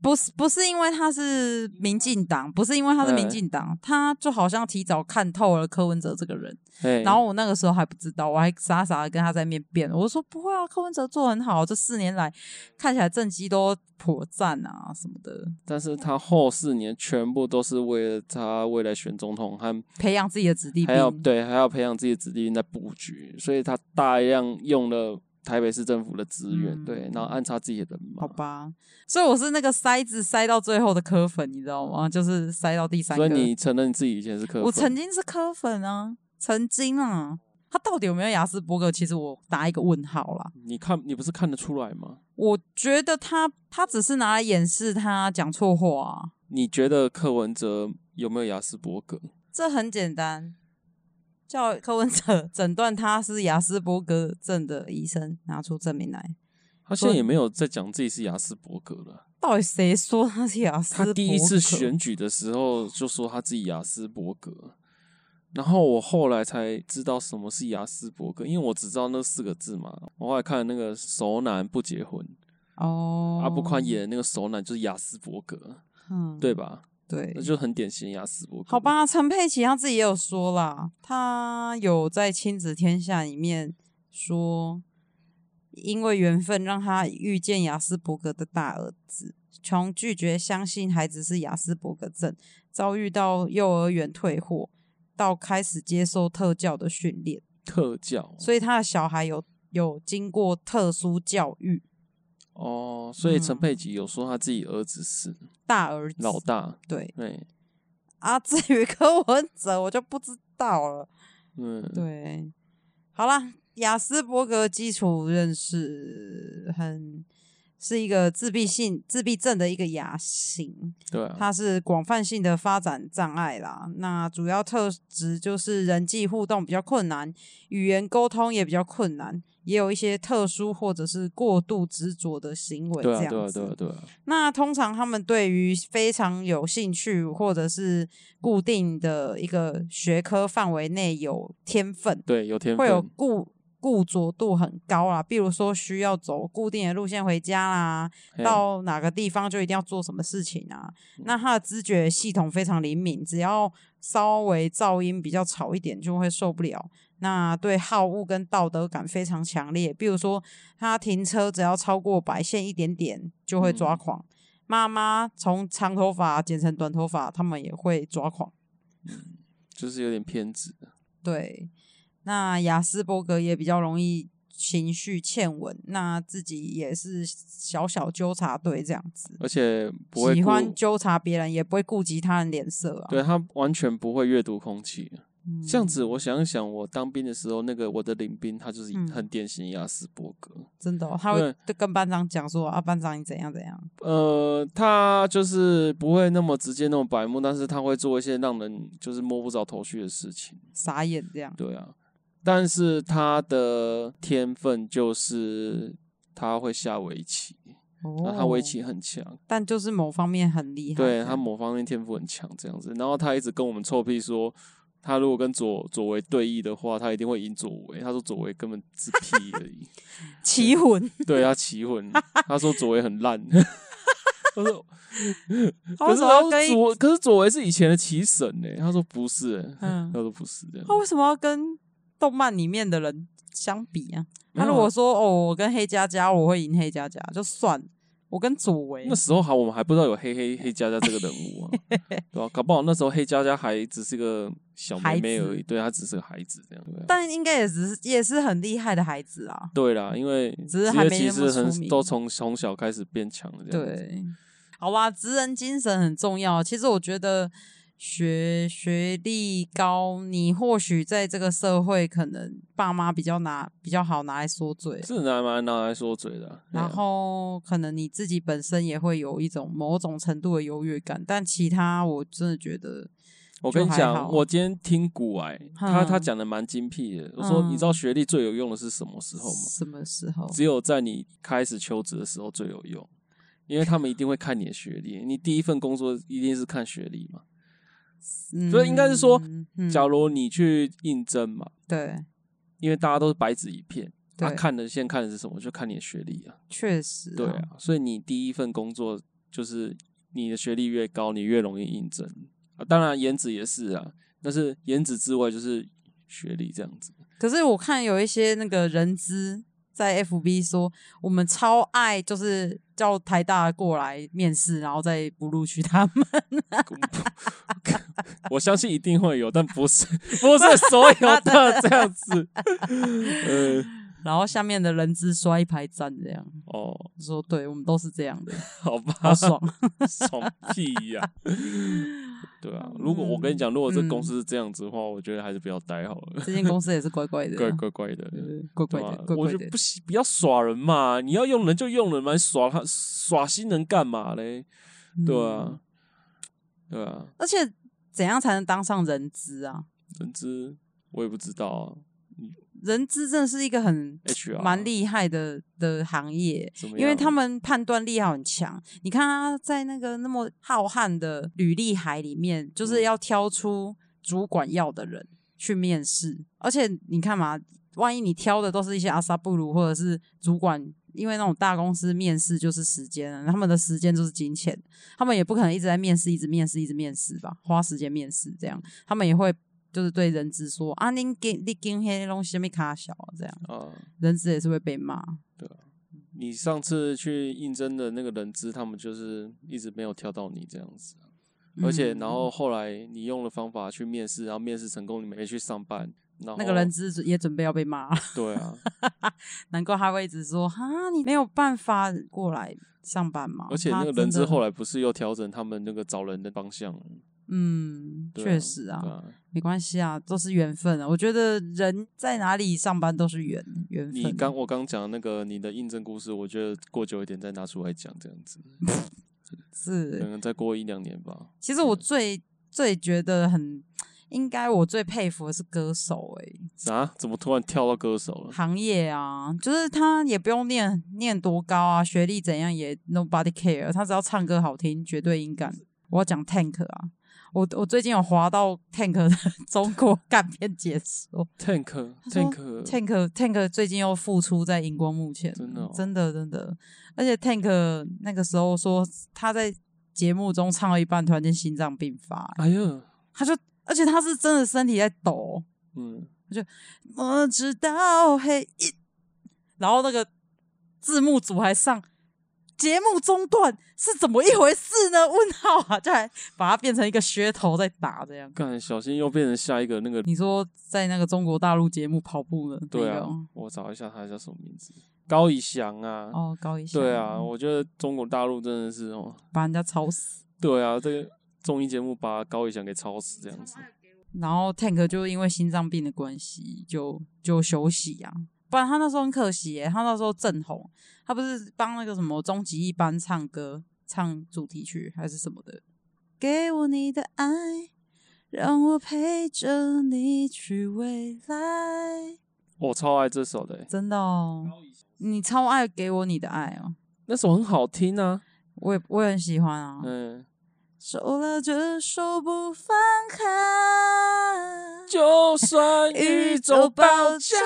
A: 不是不是因为他是民进党，不是因为他是民
B: 嗯
A: 进党，他就好像提早看透了柯文哲这个人。
B: 哎，
A: 然后我那个时候还不知道，我还傻傻的跟他在面辩，我就说不会啊，柯文哲做得很好，这四年来看起来政绩都颇赞啊什么的，
B: 但是他后四年全部都是为了他未来选总统和
A: 培养自己的子弟
B: 还要
A: 兵。
B: 对还要培养自己的子弟兵在布局，所以他大量用了台北市政府的资源，
A: 嗯
B: 对，然后安插自己的人
A: 好
B: 嘛。
A: 吧，所以我是那个塞子塞到最后的柯粉，你知道吗？就是塞到第三
B: 所
A: 个。
B: 以你承认你自己以前是柯粉？
A: 我曾经是柯粉啊，曾经啊，他到底有没有雅斯伯格？其实我打一个问号啦。
B: 你看你不是看得出来吗？
A: 我觉得他他只是拿来掩饰他讲错话、啊，
B: 你觉得柯文哲有没有雅斯伯格？
A: 这很简单。叫柯文哲 诊断他是雅斯伯格症的医生拿出证明来，
B: 他现在也没有在讲自己是雅斯伯格了。
A: 到底谁说他是雅斯伯
B: 他
A: 格？
B: 第一次选举的时候就说他自己雅斯伯格，然后我后来才知道什么是雅斯伯格，因为我只知道那四个字嘛。我后来看那个熟男不结婚，
A: 哦，
B: 阿布宽演的那个熟男就是雅斯伯格，
A: 嗯，
B: 对吧？
A: 对
B: 那，就很典型的雅斯伯格。
A: 好，吧，陈佩琪她自己也有说啦，她有在《亲子天下》里面说，因为缘分让她遇见雅斯伯格的大儿子，从拒绝相信孩子是雅斯伯格症，遭遇到幼儿园退货，到开始接受特教的训练，
B: 特教，哦
A: 所以她的小孩有有经过特殊教育，
B: 哦，所以陈
A: 嗯
B: 佩琪有说他自己儿子是
A: 大儿子
B: 老大，
A: 对
B: 对，
A: 啊，至于柯文哲我就不知道了。
B: 嗯，
A: 对，好啦，雅斯伯格基础认识很是一个自闭性自闭症的一个亚型，
B: 对啊，
A: 它是广泛性的发展障碍啦。那主要特质就是人际互动比较困难，语言沟通也比较困难，也有一些特殊或者是过度执着的行为
B: 对
A: 这
B: 啊，对
A: 样
B: 啊，对啊
A: 子。，
B: 对啊，
A: 那通常他们对于非常有兴趣或者是固定的一个学科范围内有天分。
B: 对，有天
A: 会有
B: 分，
A: 固固着度很高啦，比如说需要走固定的路线回家啦，
B: 嘿
A: 到哪个地方就一定要做什么事情啊。那他的知觉系统非常灵敏，只要稍微噪音比较吵一点就会受不了。那对好恶跟道德感非常强烈，比如说他停车只要超过白线一点点就会抓
B: 嗯
A: 狂。妈妈从长头发剪成短头发，他们也会抓狂。
B: 就是有点偏执，
A: 对，那雅斯伯格也比较容易情绪欠稳，那自己也是小小纠察队这样子，
B: 而且不会
A: 喜欢
B: 顾
A: 纠察别人，也不会顾及他人脸色啊。
B: 对他完全不会阅读空气。
A: 嗯，
B: 这样子，我想一想，我当兵的时候，那个我的领兵，他就是
A: 嗯
B: 很典型的亚斯伯格。
A: 真的哦、他会
B: 对
A: 对跟班长讲说啊，班长你怎样怎样，
B: 呃，他就是不会那么直接那么白目，但是他会做一些让人就是摸不着头绪的事情。
A: 傻眼这样。
B: 对啊，但是他的天分就是他会下围棋，那
A: 哦，
B: 他围，棋很强，
A: 但就是某方面很厉害这
B: 对
A: 样。
B: 他某方面天赋很强这样子。然后他一直跟我们臭屁说，他如果跟左左为对弈的话，他一定会赢左为。他说左为根本是屁而 已，
A: 棋魂，
B: 对他棋魂，他说左为 很烂。他说，
A: 他
B: 可
A: 为
B: 是
A: 什么
B: 他
A: 要
B: 说
A: 跟一
B: 左，可是左为是以前的棋神呢、他说不是、欸，
A: 嗯
B: 他说不是这样。
A: 他为什么要跟动漫里面的人相比啊。
B: 没
A: 他
B: 有
A: 如果
B: 啊
A: 说哦，我跟黑佳佳，我会赢黑佳佳，就算了我跟左为
B: 那时候还我们还不知道有黑黑黑佳佳这个人物啊， 对吧、搞不好那时候黑佳佳还只是个小妹妹而
A: 孩子
B: 已，对，她只是个孩子这样。对啊
A: 但应该也只是也是很厉害的孩子啊。
B: 对啦，因为
A: 只是
B: 职
A: 还
B: 业
A: 没
B: 骑
A: 那么
B: 士
A: 出名
B: 很都从从小开始变强了，这样子。
A: 对，好吧，职人精神很重要。其实我觉得学学历高，你或许在这个社会可能爸妈比较拿比较好拿来说嘴，
B: 是拿来拿来说嘴的啊、对啊
A: 然后可能你自己本身也会有一种某种程度的优越感，但其他我真的觉得
B: 我跟你
A: 就还好哦
B: 讲，我今天听古癌，他他
A: 嗯
B: 讲的蛮精辟的。我说，
A: 嗯哦
B: 你知道学历最有用的是什么时候吗？
A: 什么时候
B: 只有在你开始求职的时候最有用，因为他们一定会看你的学历。你第一份工作一定是看学历嘛。所以应该是说
A: 嗯嗯
B: 假如你去应征嘛，
A: 对，
B: 因为大家都是白纸一片，他、
A: 对
B: 看的现在看的是什么？就看你的学历啊。
A: 确实
B: 对
A: 啊，
B: 啊，所以你第一份工作就是你的学历越高，你越容易应征啊。当然颜值也是啊，但是颜值之外就是学历这样子。
A: 可是我看有一些那个人资在 FB 说，我们超爱就是叫台大过来面试，然后再不录取他们。
B: 我相信一定会有，但不是不是所有的这样子。呃，
A: 然后下面的人资刷一排赞，这样
B: 哦，
A: 说，对我们都是这样的，
B: 好吧，。
A: 好爽
B: 爽屁呀、对啊，如果我跟你讲，如果这公司是这样子的话，我觉得还是不要待好了，
A: 这间公司也是怪怪的啊、
B: 怪怪怪的。
A: 对怪怪
B: 对
A: 的
B: 吧，？
A: 怪
B: 我
A: 怪
B: 就
A: 的
B: 不。喜不要耍人嘛！你要用人就用人嘛，你耍他耍新人干嘛嘞？对
A: 嗯
B: 啊，对啊，
A: 而且怎样才能当上人资啊？
B: 人资我也不知道啊
A: 人资真的是一个很
B: ，HR
A: 蛮厉害的的行业，
B: 怎么样，
A: 因为他们判断力要很强。你看他在那个那么浩瀚的履历海里面，就是
B: 嗯
A: 要挑出主管要的人去面试。而且你看嘛，万一你挑的都是一些阿萨布鲁或者是主管，因为那种大公司面试就是时间啊，他们的时间就是金钱，他们也不可能一直在面试，一直面试，一直面试吧，花时间面试这样，他们也会。就是对人资说啊，您给你今天东西没卡小啊这样，
B: 啊，
A: 人资也是会被骂。
B: 你上次去应征的那个人资，他们就是一直没有挑到你这样子啊，而且
A: 嗯
B: 然后后来你用了方法去面试，然后面试成功，你没去上班，然后
A: 那个人资也准备要被骂，
B: 对啊，
A: 难怪他会一直说：“哈，你没有办法过来上班嘛。”
B: 而且
A: 他
B: 那个
A: 真
B: 人资
A: 的
B: 后来不是又调整他们那个找人的方向了，
A: 嗯，
B: 对
A: 确实
B: 对
A: 啊，
B: 啊
A: 没关系啊，都是缘分啊。我觉得人在哪里上班都是缘缘 分。啊
B: 你刚我刚讲那个你的印证故事，我觉得过久一点再拿出来讲，这样子，可
A: 是，
B: 能再过一两年吧。
A: 其实我最最觉得很，应该我最佩服的是歌手欸诶、
B: 啊？怎么突然跳到歌手了？
A: 行业啊，就是他也不用念念多高啊，学历怎样也 nobody care，他只要唱歌好听，绝对音感。我要讲 Tank 啊，我我最近有滑到 Tank 的 中 国干片解说
B: Tank
A: 说
B: Tank
A: ，Tank Tank 最近又复出在荧光幕前，
B: 真的哦
A: 真的真的，而且 Tank 那个时候说他在节目中唱到一半，突然间心脏病发、
B: 哎呀，
A: 他就而且他是真的身体在抖，哦
B: 嗯，
A: 我知道黑一，然后那个字幕组还上节目中断是怎么一回事呢？ 问号啊，就还把它变成一个噱头在打这样。
B: 干小心又变成下一个那个。
A: 你说在那个中国大陆节目跑步的那
B: 对
A: 个
B: 啊
A: 哦，
B: 我找一下他叫什么名字？高以翔啊。
A: 哦，高一下，
B: 对啊，我觉得中国大陆真的是哦，
A: 把人家吵死。
B: 对啊，这个综艺节目把高以翔给超死这样子。
A: 然后 Tank 就因为心脏病的关系，就就休息啊。不然他那时候很可惜耶、他那时候正红，他不是帮那个什么终极一班唱歌，唱主题曲还是什么的。给我你的爱，让我陪着你去未来。
B: 我超爱这首的欸、
A: 真的哦，你超爱给我你的爱哦，
B: 那首很好听啊。
A: 我也我也很喜欢啊。
B: 嗯，
A: 手拉着手不放开，
B: 就算
A: 宇
B: 宇
A: 宙
B: 宙
A: 爆
B: 爆
A: 炸
B: 炸。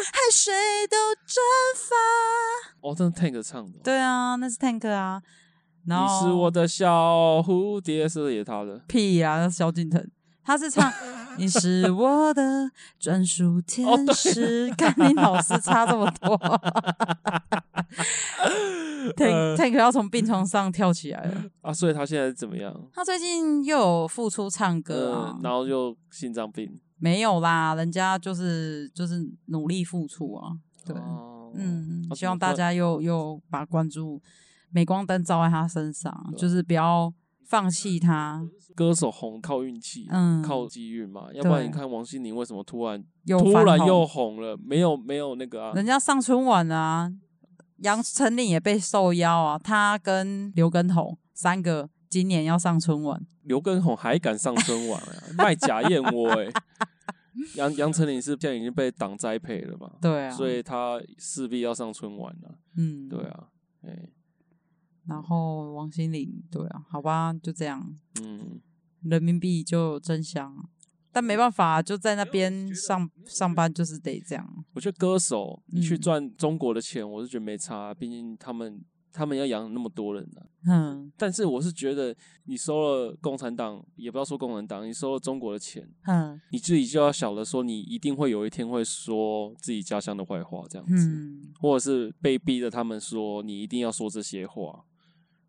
A: 海水都蒸发。
B: 哦，这是 Tank 唱的哦、
A: 对啊，那是 Tank 啊。然
B: 你
A: 后
B: 是我的小蝴蝶，是不是也他的？
A: 屁啊，那是萧敬腾。他是 唱你是我的专属天
B: 哦对
A: 使，看你老是差这么多。Tank
B: 呃
A: Tank 要从病床上跳起来 了。
B: 啊，所以他现在怎么样？
A: 他最近又有复出唱歌啊
B: 嗯，，然后又心脏病，
A: 没有啦，人家就是就是努力付出啊。对，
B: 哦
A: 嗯，
B: 啊
A: 希望
B: 怎么
A: 大
B: 办
A: 家又又把关注镁光灯照在他身上，啊就是不要放弃他。
B: 歌手红靠运气，
A: 嗯
B: 靠机遇嘛，要不然
A: 对
B: 你看王心凌为什么突然
A: 又
B: 突
A: 翻
B: 然
A: 红
B: 又红了？没有没有那个啊，
A: 人家上春晚啊，杨丞琳也被受邀啊，他跟刘畊宏三个今年要上春晚，
B: 刘畊宏还敢上春晚啊，卖假燕窝 哎、杨杨丞琳是现在已经被党栽培了嘛，
A: 对啊，
B: 所以他势必要上春晚了、
A: 嗯，
B: 对。啊，哎、
A: 然后王心凌，对啊，好吧，就这样，
B: 嗯，
A: 人民币就真香啊，但没办法，啊就在那边上上班就是得这样，
B: 我觉得歌手你去
A: 嗯
B: 赚中国的钱，我是觉得没差啊、毕竟他们他们要养那么多人啊。
A: 哼
B: 但是我是觉得你收了共产党，也不要说共产党，你收了中国的钱，
A: 哼，
B: 你自己就要晓得说，你一定会有一天会说自己家乡的坏话，这样子。
A: 嗯，
B: 或者是被逼着他们说你一定要说这些话，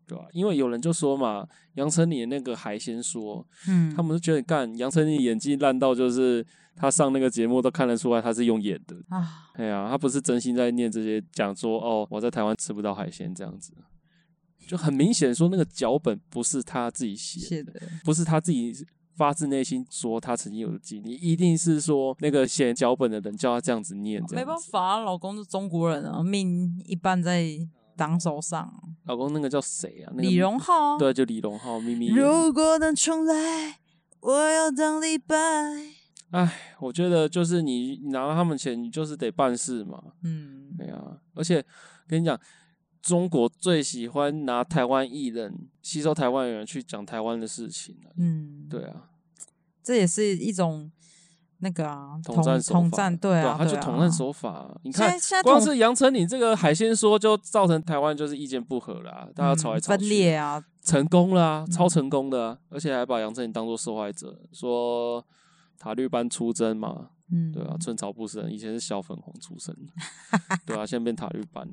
B: 对吧、因为有人就说嘛，杨丞琳那个海鲜说，
A: 嗯，
B: 他们就觉得干杨丞琳演技烂到就是他上那个节目都看得出来他是用演的，
A: 啊，
B: 哎呀，他不是真心在念这些，讲说哦我在台湾吃不到海鲜这样子，就很明显说那个脚本不是他自己写
A: 写
B: 的，
A: 的，
B: 不是他自己。发自内心说他曾经有的经历，一定是说那个写脚本的人叫他这样子念，这样
A: 没办
B: 子
A: 法啊，老公是中国人啊，命一半在党手上啊，
B: 老公那个叫谁啊？那个
A: 李荣浩啊，
B: 对，就李荣浩咪咪。
A: 如果能重来，我要当李白。
B: 哎，我觉得就是你你拿到他们钱，你就是得办事嘛。
A: 嗯，
B: 对啊，而且跟你讲，中国最喜欢拿台湾艺人吸收台湾人去讲台湾的事情了。
A: 嗯，，
B: 对啊，
A: 这也是一种那个啊，
B: 统战手法，
A: 统战，对啊，
B: 他就
A: 对啊
B: 统战。手法啊。你
A: 现在
B: 看，
A: 现在
B: 光
A: 统
B: 是杨丞琳这个海鲜说，就造成台湾就是意见不合啦，大家吵来
A: 嗯
B: 吵去。
A: 分裂啊，
B: 成功了、啊，
A: 嗯
B: 超成功的啊、而且还把杨丞琳当做受害者，说塔利班出征嘛，
A: 嗯，
B: 对啊，寸草不生，以前是小粉红出身 的，对啊，现在变塔利班了，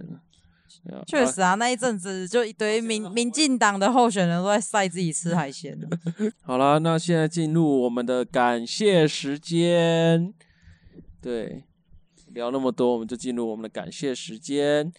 B: 对啊，
A: 确
B: 啊
A: 实啊，那一阵子就一堆民民进党的候选人都在晒自己吃海鲜 啊
B: 好啦，那现在进入我们的感谢时间，对，聊那么多，我们就进入我们的感谢时间，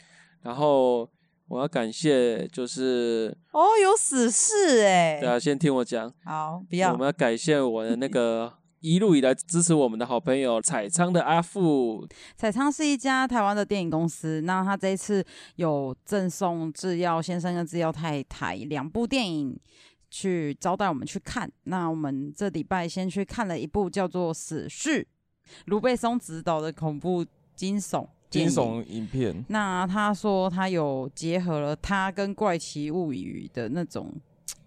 B: 然后我要感谢就是
A: 哦，有死士哎、
B: 大家、先听我讲，
A: 好，不
B: 我
A: 要
B: 们，要感谢我的 那个一路以来支持我们的好朋友彩仓的阿富，
A: 彩昌是一家台湾的电影公司，那他这一次有赠送制药先生跟制药太太两部电影。去招待我们去看，那我们这礼拜先去看了一部叫做《死侍》，卢贝松执导的恐怖惊悚电
C: 惊
A: 影
C: 悚影片，
A: 那他说他有结合了他跟《怪奇物语》的那种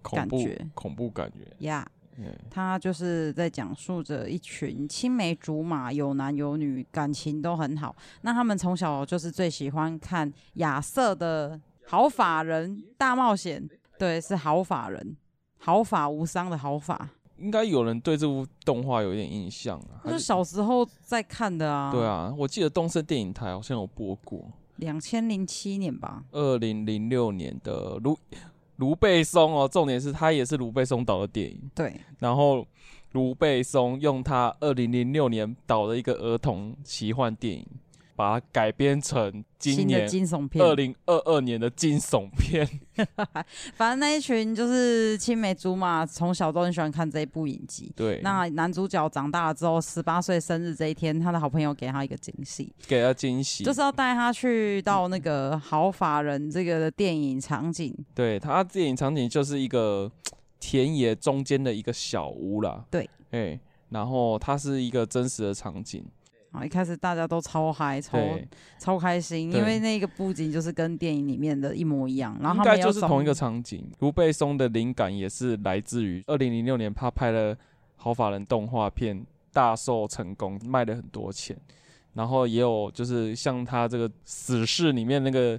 C: 恐怖
A: 感觉
C: 恐怖感觉，
A: 呀
C: 嗯
A: 他就是在讲述着一群青梅竹马，有男有女，感情都很好。那他们从小就是最喜欢看亚瑟的好法人大冒险，对，是好法人，毫发无伤的好法，
C: 应该有人对这部动画有点印象
A: 那
C: 啊。还
A: 就是小时候在看的啊。
C: 对，啊，我记得东森电影台好像有播过
A: 两千零七年吧。
C: 二零零六年的卢卢贝松哦，重点是他也是卢贝松导的电影，
A: 对，
C: 然后卢贝松用他二零零六年导的一个儿童奇幻电影，把它改编成今
A: 新的
C: 年
A: 惊悚片，
C: 二零二二年的惊悚 片。
A: 反正那一群就是青梅竹马，从小都很喜欢看这一部影集。
C: 对，
A: 那男主角长大了之后，十八岁生日这一天，他的好朋友给他一个惊喜，
C: 给他惊喜，
A: 就是要带他去到那个好法人这个的电影场景。
B: 嗯
C: 对，它电影场景就是一个田野中间的一个小屋啦。
A: 对，
C: 哎、然后它是一个真实的场景，
A: 啊，一开始大家都超嗨、超
C: 对，
A: 超开心，
C: 对
A: 因为那个布景就是跟电影里面的一模一样。然后
C: 应
A: 他
C: 该
A: 们要
C: 就是
A: 找
C: 同一个场景。卢贝松的灵感也是来自于二零零六年他拍了《好法人》动画片，大受成功，卖了很多钱。然后也有就是像他这个《死侍》里面那个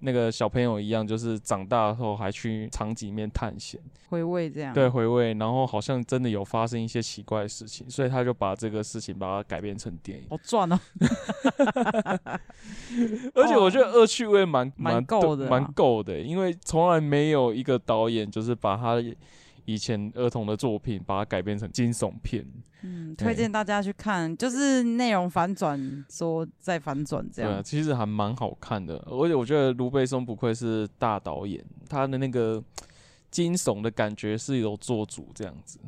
B: 那个小朋友一样，就是长大后还去场景里面探险，
A: 回味这样。
B: 对，回味，然后好像真的有发生一些奇怪的事情，所以他就把这个事情把它改编成电影，
A: 好赚哦！
B: 而且我觉得恶趣味蛮
A: 哦蛮
B: 蛮
A: 够的啊
B: 蛮够的，欸因为从来没有一个导演就是把他以前儿童的作品把它改编成惊悚片，
A: 嗯，
B: 对
A: 推荐大家去看，就是内容反转，说再反转这
B: 对啊，
A: 样。
B: 其实还蛮好看的。而且我觉得卢贝松不愧是大导演，他的那个惊悚的感觉是有做主这样子。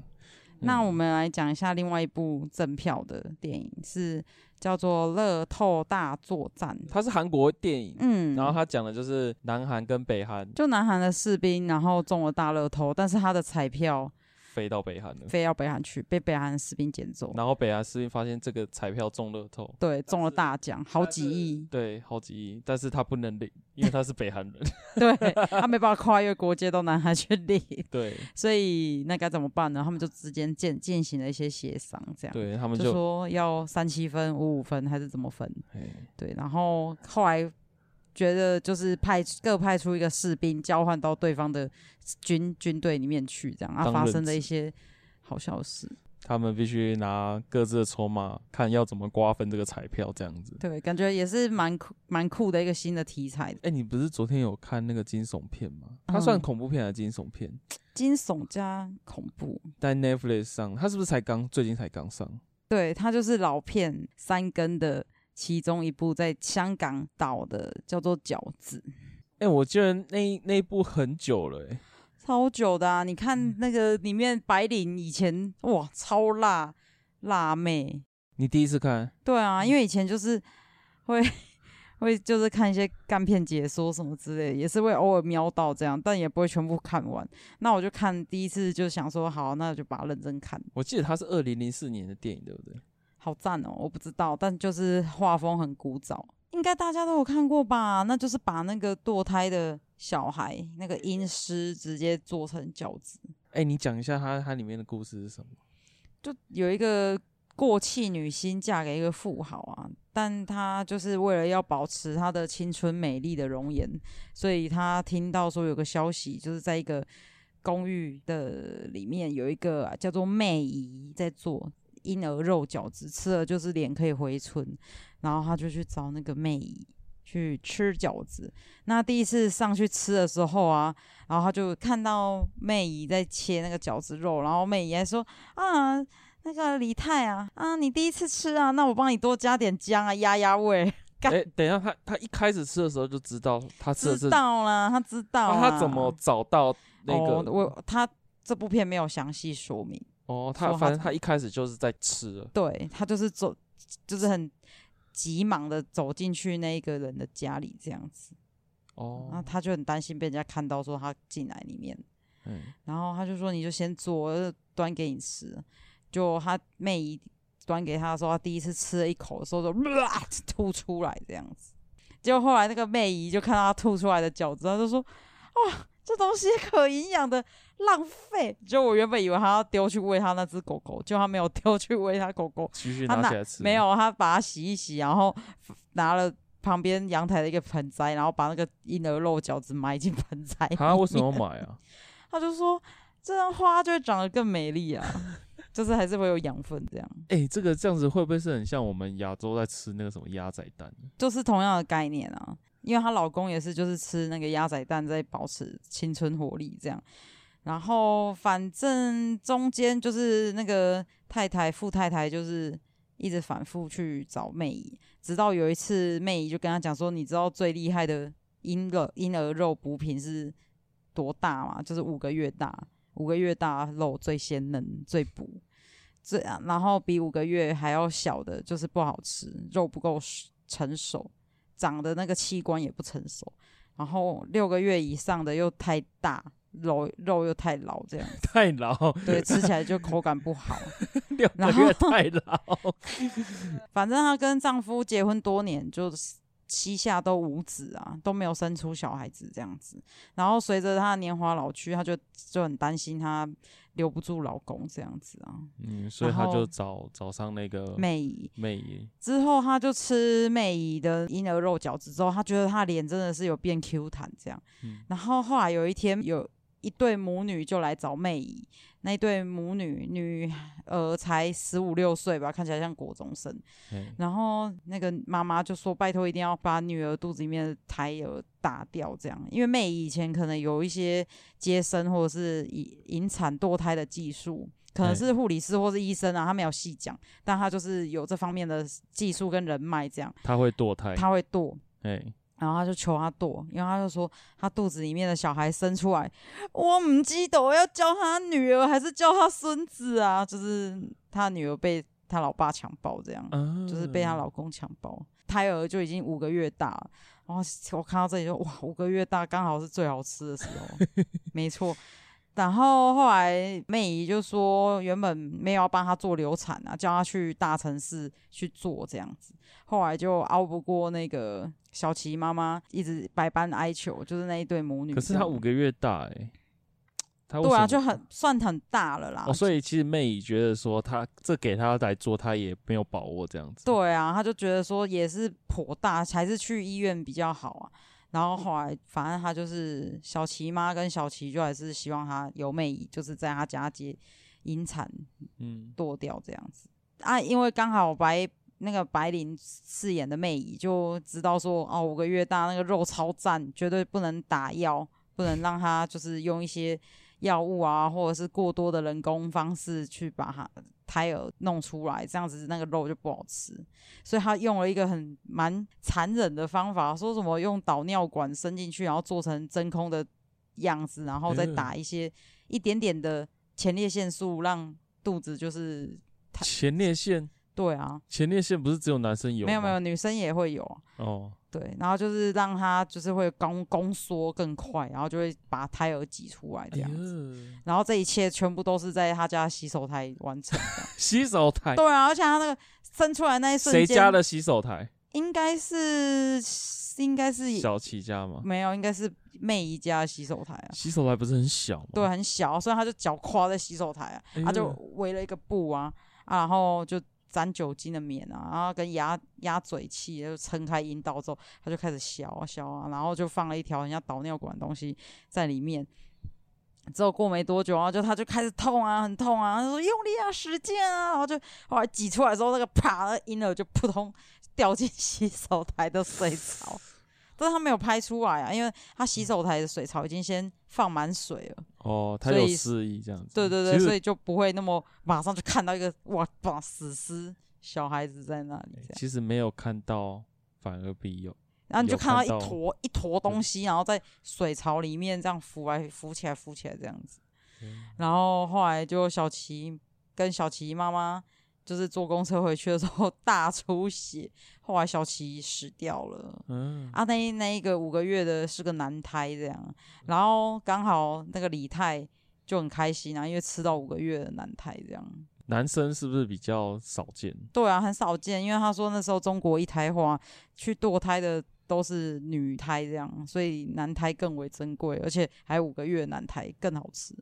A: 那
B: 嗯
A: 我们来讲一下另外一部赠票的电影，是叫做《乐透大作战》。
B: 它是韩国电影，
A: 嗯，
B: 然后它讲的就是南韩跟北韩
A: 就南韩的士兵，然后中了大乐透，但是他的彩票
B: 飞到北韩了，
A: 非要北韩去，被北韩士兵捡走。
B: 然后北韩士兵发现这个彩票中乐透，
A: 对，中了大奖，好几亿。
B: 对，好几亿，但是他不能领，因为他是北韩人。
A: 对，他没办法跨越国界到南韩去领，
B: 对，
A: 所以那该怎么办呢？他们就之间进进行了一些协商，这样。
B: 对他们
A: 就
B: 就
A: 说要三七分、五五分还是怎么分？
B: 哎
A: 对，然后后来觉得就是派各派出一个士兵，交换到对方的军军队里面去，这样啊，
B: 当
A: 发
B: 人
A: 生了
B: 质
A: 一些好笑的事。
B: 他们必须拿各自的筹码，看要怎么瓜分这个彩票这样子。
A: 对，感觉也是蛮酷蛮酷的一个新的题材，
B: 哎、你不是昨天有看那个惊悚片吗？它算
A: 嗯
B: 恐怖片还是惊悚片？
A: 惊悚加恐怖。
B: 在 Netflix 上，它是不是才刚最近才刚上？
A: 对，它就是老片三更的其中一部，在香港岛的叫做《饺子
B: 哎、我记得那一那一部很久了、欸，》，
A: 超久的啊！你看那个里面白领以前哇超辣辣妹，
B: 你第一次看？
A: 对啊，因为以前就是 会会就是看一些干片解说什么之类的，也是会偶尔瞄到这样，但也不会全部看完。那我就看第一次就想说好，那就把它认真看。
B: 我记得它是二零零四年的电影，对不对？
A: 好赞哦！我不知道，但就是画风很古早，应该大家都有看过吧？那就是把那个堕胎的小孩那个阴尸直接做成饺子，
B: 哎、你讲一下它它里面的故事是什么？
A: 就有一个过气女星嫁给一个富豪啊，但她就是为了要保持她的青春美丽的容颜，所以她听到说有个消息，就是在一个公寓的里面有一个叫做媚姨在做婴儿肉饺子，吃了就是脸可以回春，然后她就去找那个媚姨。去吃饺子，那第一次上去吃的时候啊，然后她就看到媚姨在切那个饺子肉，然后媚姨还说：“啊，那个李泰啊，啊，你第一次吃啊，那我帮你多加点姜啊，压压味。干
B: 哎、等一下，他他一开始吃的时候就知道他吃的是
A: 知，道啦，他知道、
B: 啊
A: 啊
B: 他怎么找到那
A: 哦
B: 个？
A: 我他这部片没有详细说明，
B: 哦，他
A: 说他
B: 反正
A: 怎
B: 他一开始就是在吃了。
A: 对他就是走，就是很急忙的走进去那一个人的家里这样子，然后
B: 哦，
A: 他就很担心被人家看到说他进来里面，
B: 嗯，
A: 然后他就说你就先做，我就端给你吃。就他妹一端给他的时候，他第一次吃了一口的时候就 吐出来这样子。结果后来那个妹姨就看到他吐出来的饺子，他就说：“哇，这东西可营养的，浪费。”就我原本以为他要丢去喂他那只狗狗，就他没有丢去喂他狗狗，
B: 继续
A: 他
B: 拿
A: 拿
B: 起来吃。
A: 没，
C: 啊
A: 有，他把它洗一洗，然后拿了旁边阳台的一个盆栽，然后把那个婴儿肉饺子埋进盆栽里
B: 他为什
A: 面
B: 么要买啊？
A: 他就说这样花就会长得更美丽啊， 就是还是会有养分，这样
B: 哎、这个这样子会不会是很像我们亚洲在吃那个什么鸭仔蛋？
A: 就是同样的概念啊。因为她老公也是，就是吃那个鸭仔蛋在保持青春活力这样。然后反正中间就是那个太太富太太就是一直反复去找妹姨，直到有一次妹姨就跟她讲说，你知道最厉害的婴儿婴儿肉补品是多大嘛？就是五个月大，五个月大肉最鲜嫩、最补，最啊然后比五个月还要小的，就是不好吃，肉不够熟成熟，长的那个器官也不成熟。然后六个月以上的又太大，肉肉又太老，这样
B: 太老，
A: 对，吃起来就口感不好。
B: 六个
A: 然后
B: 月 太老。
A: 反正她跟丈夫结婚多年，就是膝下都无子啊，都没有生出小孩子这样子。然后随着她的年华老去，她就就很担心她留不住老公这样子啊。
C: 嗯，所以
A: 然
C: 他就
A: 后
C: 找找上那个
B: 嗯
A: 媚姨
C: 媚姨，
A: 之后，她就吃媚姨的婴儿肉饺子之后，她觉得她脸真的是有变 Q 弹这样。
C: 嗯
A: 然后后来有一天，有一对母女就来找媚姨，那一对母女女呃才十五六岁吧，看起来像国中生。
C: 嘿
A: 然后那个妈妈就说：“拜托，一定要把女儿肚子里面的胎儿打掉，这样，因为妹以前可能有一些接生或者是引引产堕胎的技术，可能
C: 哎
A: 是护理师或是医生啊，他没有细讲，但他就是有这方面的技术跟人脉，这样
C: 他会堕胎，
A: 他会堕。”
C: 哎，
A: 然后他就求他堕，因为他就说他肚子里面的小孩生出来，我唔记得我要叫他女儿还是叫他孙子啊？就是他女儿被他老爸强暴这样。
B: 嗯
C: 啊
A: 就是被她老公强暴，胎儿就已经五个月大了。然后我看到这里就哇，五个月大刚好是最好吃的时 候，没错。然后后来妹姨就说，原本没有要帮她做流产啊，叫她去大城市去做这样子。后来就熬不过那个小琪妈妈，一直百般哀求，就是那一对母女这样。
C: 可是他五个月大哎，他为
A: 对
C: 什
A: 啊，
C: 么
A: 就很算很大了啦。
C: 哦，所以其实妹姨觉得说他这给他来做，他也没有把握这样子，
A: 对啊，他就觉得说也是颇大，还是去医院比较好啊。然后后来，反正他就是小琪妈跟小琪，就还是希望他有妹姨，就是在他家接引产
C: 嗯，
A: 剁掉这样子啊。因为刚好白那个白灵饰演的妹姨就知道说，哦，五个月大那个肉超赞，绝对不能打药，不能让他就是用一些药物啊，或者是过多的人工方式去把它胎儿弄出来，这样子那个肉就不好吃。所以他用了一个很蛮残忍的方法，说什么用导尿管伸进去，然后做成真空的样子，然后再
C: 嗯
A: 打一些一点点的前列腺素，让肚子就是他
C: 前列腺
A: 对啊，
C: 前列腺不是只有男生有
A: 没有没有，
C: 吗
A: 女生也会有啊，
C: 哦，
A: 对，然后就是让它就是会宫宫缩更快，然后就会把胎儿挤出来这
C: 哎呀
A: 样子。然后这一切全部都是在他家洗手台完成 的。
C: 洗手台
A: 对啊，而且他那个生出来那一瞬间，
C: 谁家的洗手台？
A: 应该是应该是
C: 小琪家吗？
A: 没有，应该是妹姨家的洗手台啊。
C: 洗手台不是很小吗？
A: 对，很小，所以他就脚跨在洗手台啊，
C: 哎呦，
A: 他就围了一个布啊，啊然后就沾酒精的棉啊，然后跟压压嘴器，就撑开阴道之后，他就开始消啊消啊，然后就放了一条人家导尿管的东西在里面。之后过没多久，然后就他就开始痛啊，很痛啊，他说用力啊，使劲啊，然后就后来挤出来之后，那个啪，那个婴儿就扑通掉进洗手台的水槽， 但是他没有拍出来啊，因为他洗手台的水槽已经先放满水了。
C: 哦，他
A: 所
C: 有
A: 以
C: 示意这样子。
A: 对对对，
C: 其实
A: 所以就不会那么马上就看到一个哇哇死尸小孩子在那里这样，
C: 哎其实没有看到，反而必有。
A: 然后你就
C: 有
A: 看到
C: 看
A: 一
C: 到
A: 坨一坨东西，然后在水槽里面这样浮来浮起来浮起来这样子。然后后来就小琪跟小琪妈妈就是坐公车回去的时候 大出血，后来小琪死掉了。
C: 嗯，
A: 啊，那一那一个五个月的是个男胎这样，然后刚好那个李泰就很开心啊，因为吃到五个月的男胎这样。
C: 男生是不是比较少见？
A: 对啊，很少见，因为他说那时候中国一胎化，去堕胎的都是女胎这样，所以男胎更为珍贵，而且还有五个月的男胎更好吃。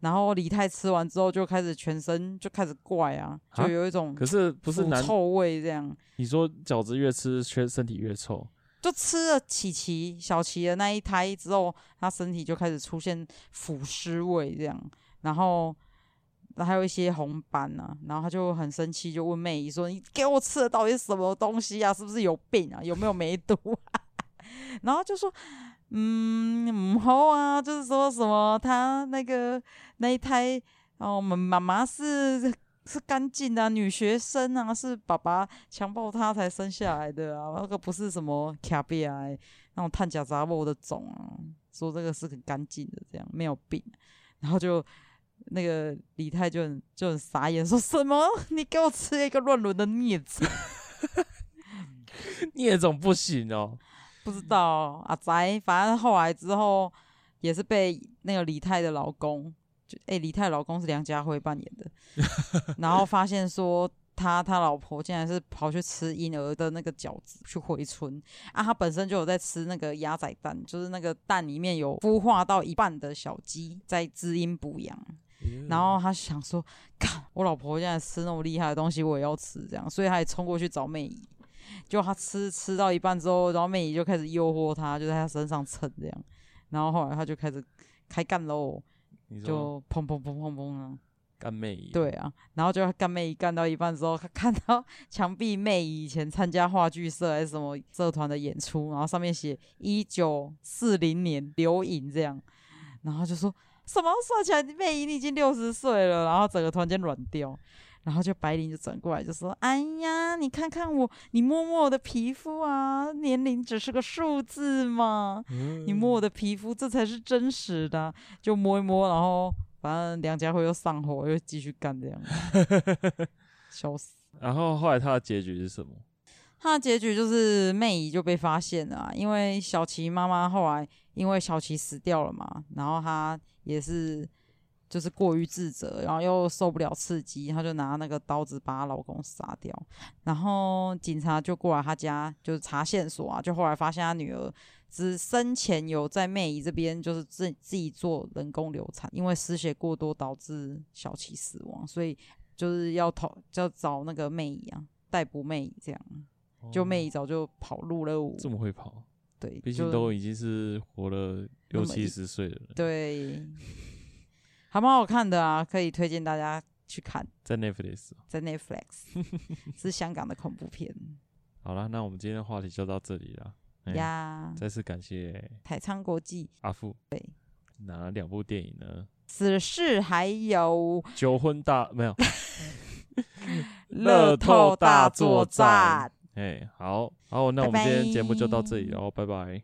A: 然后李泰吃完之后就开始全身就开始怪啊，
C: 啊
A: 就有一种
C: 可是不是
A: 腐
C: 男？
A: 臭味这样，
C: 你说饺子越吃，缺身体越臭。
A: 就吃了琪琪小琪的那一胎之后，他身体就开始出现腐尸味这样，然后还有一些红斑啊，然后他就很生气，就问妹姨说：“你给我吃的到底是什么东西啊？是不是有病啊？有没有梅毒啊？” 然后就说。嗯，唔好啊，就是说什么他那个那一胎哦，我们妈妈是是干净的啊、女学生啊，是爸爸强暴她才生下来的啊，那个不是什么卡比癌那种碳假杂物的种啊，说这个是很干净的，这样没有病，然后就。那个李泰就很就很傻眼，说什么？ 你给我吃一个乱伦的镊子？
C: 聂总不行哦，
A: 不知道阿宅，反正后来之后也是被那个李泰的老公，就哎、李泰老公是梁家辉扮演的，然后发现说他他老婆竟然是跑去吃婴儿的那个饺子去回春啊，他本身就有在吃那个鸭仔蛋，就是那个蛋里面有孵化到一半的小鸡在滋阴补阳，
C: 嗯
A: 然后他想说， 看我老婆现在吃那么厉害的东西，我也要吃这样，所以他也冲过去找妹姨。就他吃吃到一半之后，然后妹姨就开始诱惑他，就在他身上蹭这样，然后后来他就开始开干喽，
C: 你说
A: 就砰砰砰砰砰啊，
C: 干妹一样
A: 对，啊，然后就干妹姨干到一半之后，他看 到墙壁妹姨以前参加话剧社还是什么社团的演出，然后上面写一九四零年留影这样，然后就说什么算起来妹姨你已经六十岁了，然后整个突然间软掉。然后就白灵就转过来就说：“哎呀，你看看我，你摸摸我的皮肤啊，年龄只是个数字嘛。”
C: 嗯
B: 嗯
A: 你摸我的皮肤，这才是真实的啊、就摸一摸，然后反正梁家辉又上火，又继续干这样，笑死。
C: 然后后来他的结局是什么？
A: 他的结局就是妹姨就被发现了、啊，因为小琪妈妈后来因为小琪死掉了嘛，然后她也是就是过于自责，然后又受不了刺激，她就拿那个刀子把她老公杀掉，然后警察就过来她家就是查线索啊，就后来发现她女儿只生前有在妹姨这边就是自自己做人工流产，因为失血过多导致小琪死亡，所以就是要投要找那个妹姨啊，逮捕妹姨这样。就妹一早就跑入了舞，
C: 哦这么会跑，
A: 对，
C: 毕
A: 就
C: 竟都已经是活了
A: 那
C: 六
A: 么
C: 七
A: 一
C: 十岁的人，
A: 对， 还蛮好看的啊，可以推荐大家去看，
C: 在 Netflix。
A: 在 Netflix 是香港的恐怖片
C: 好了，那我们今天的话题就到这里了。哎
A: 呀，
C: 再次感谢
A: 台仓国际
C: 阿富。
A: 对，
C: 哪两部电影呢？
A: 死侍还有
C: 《求婚大》没有？
A: 乐透大作战。
C: 哎，好好，那我们
A: 拜拜
C: 今天节目就到这里喽，拜拜。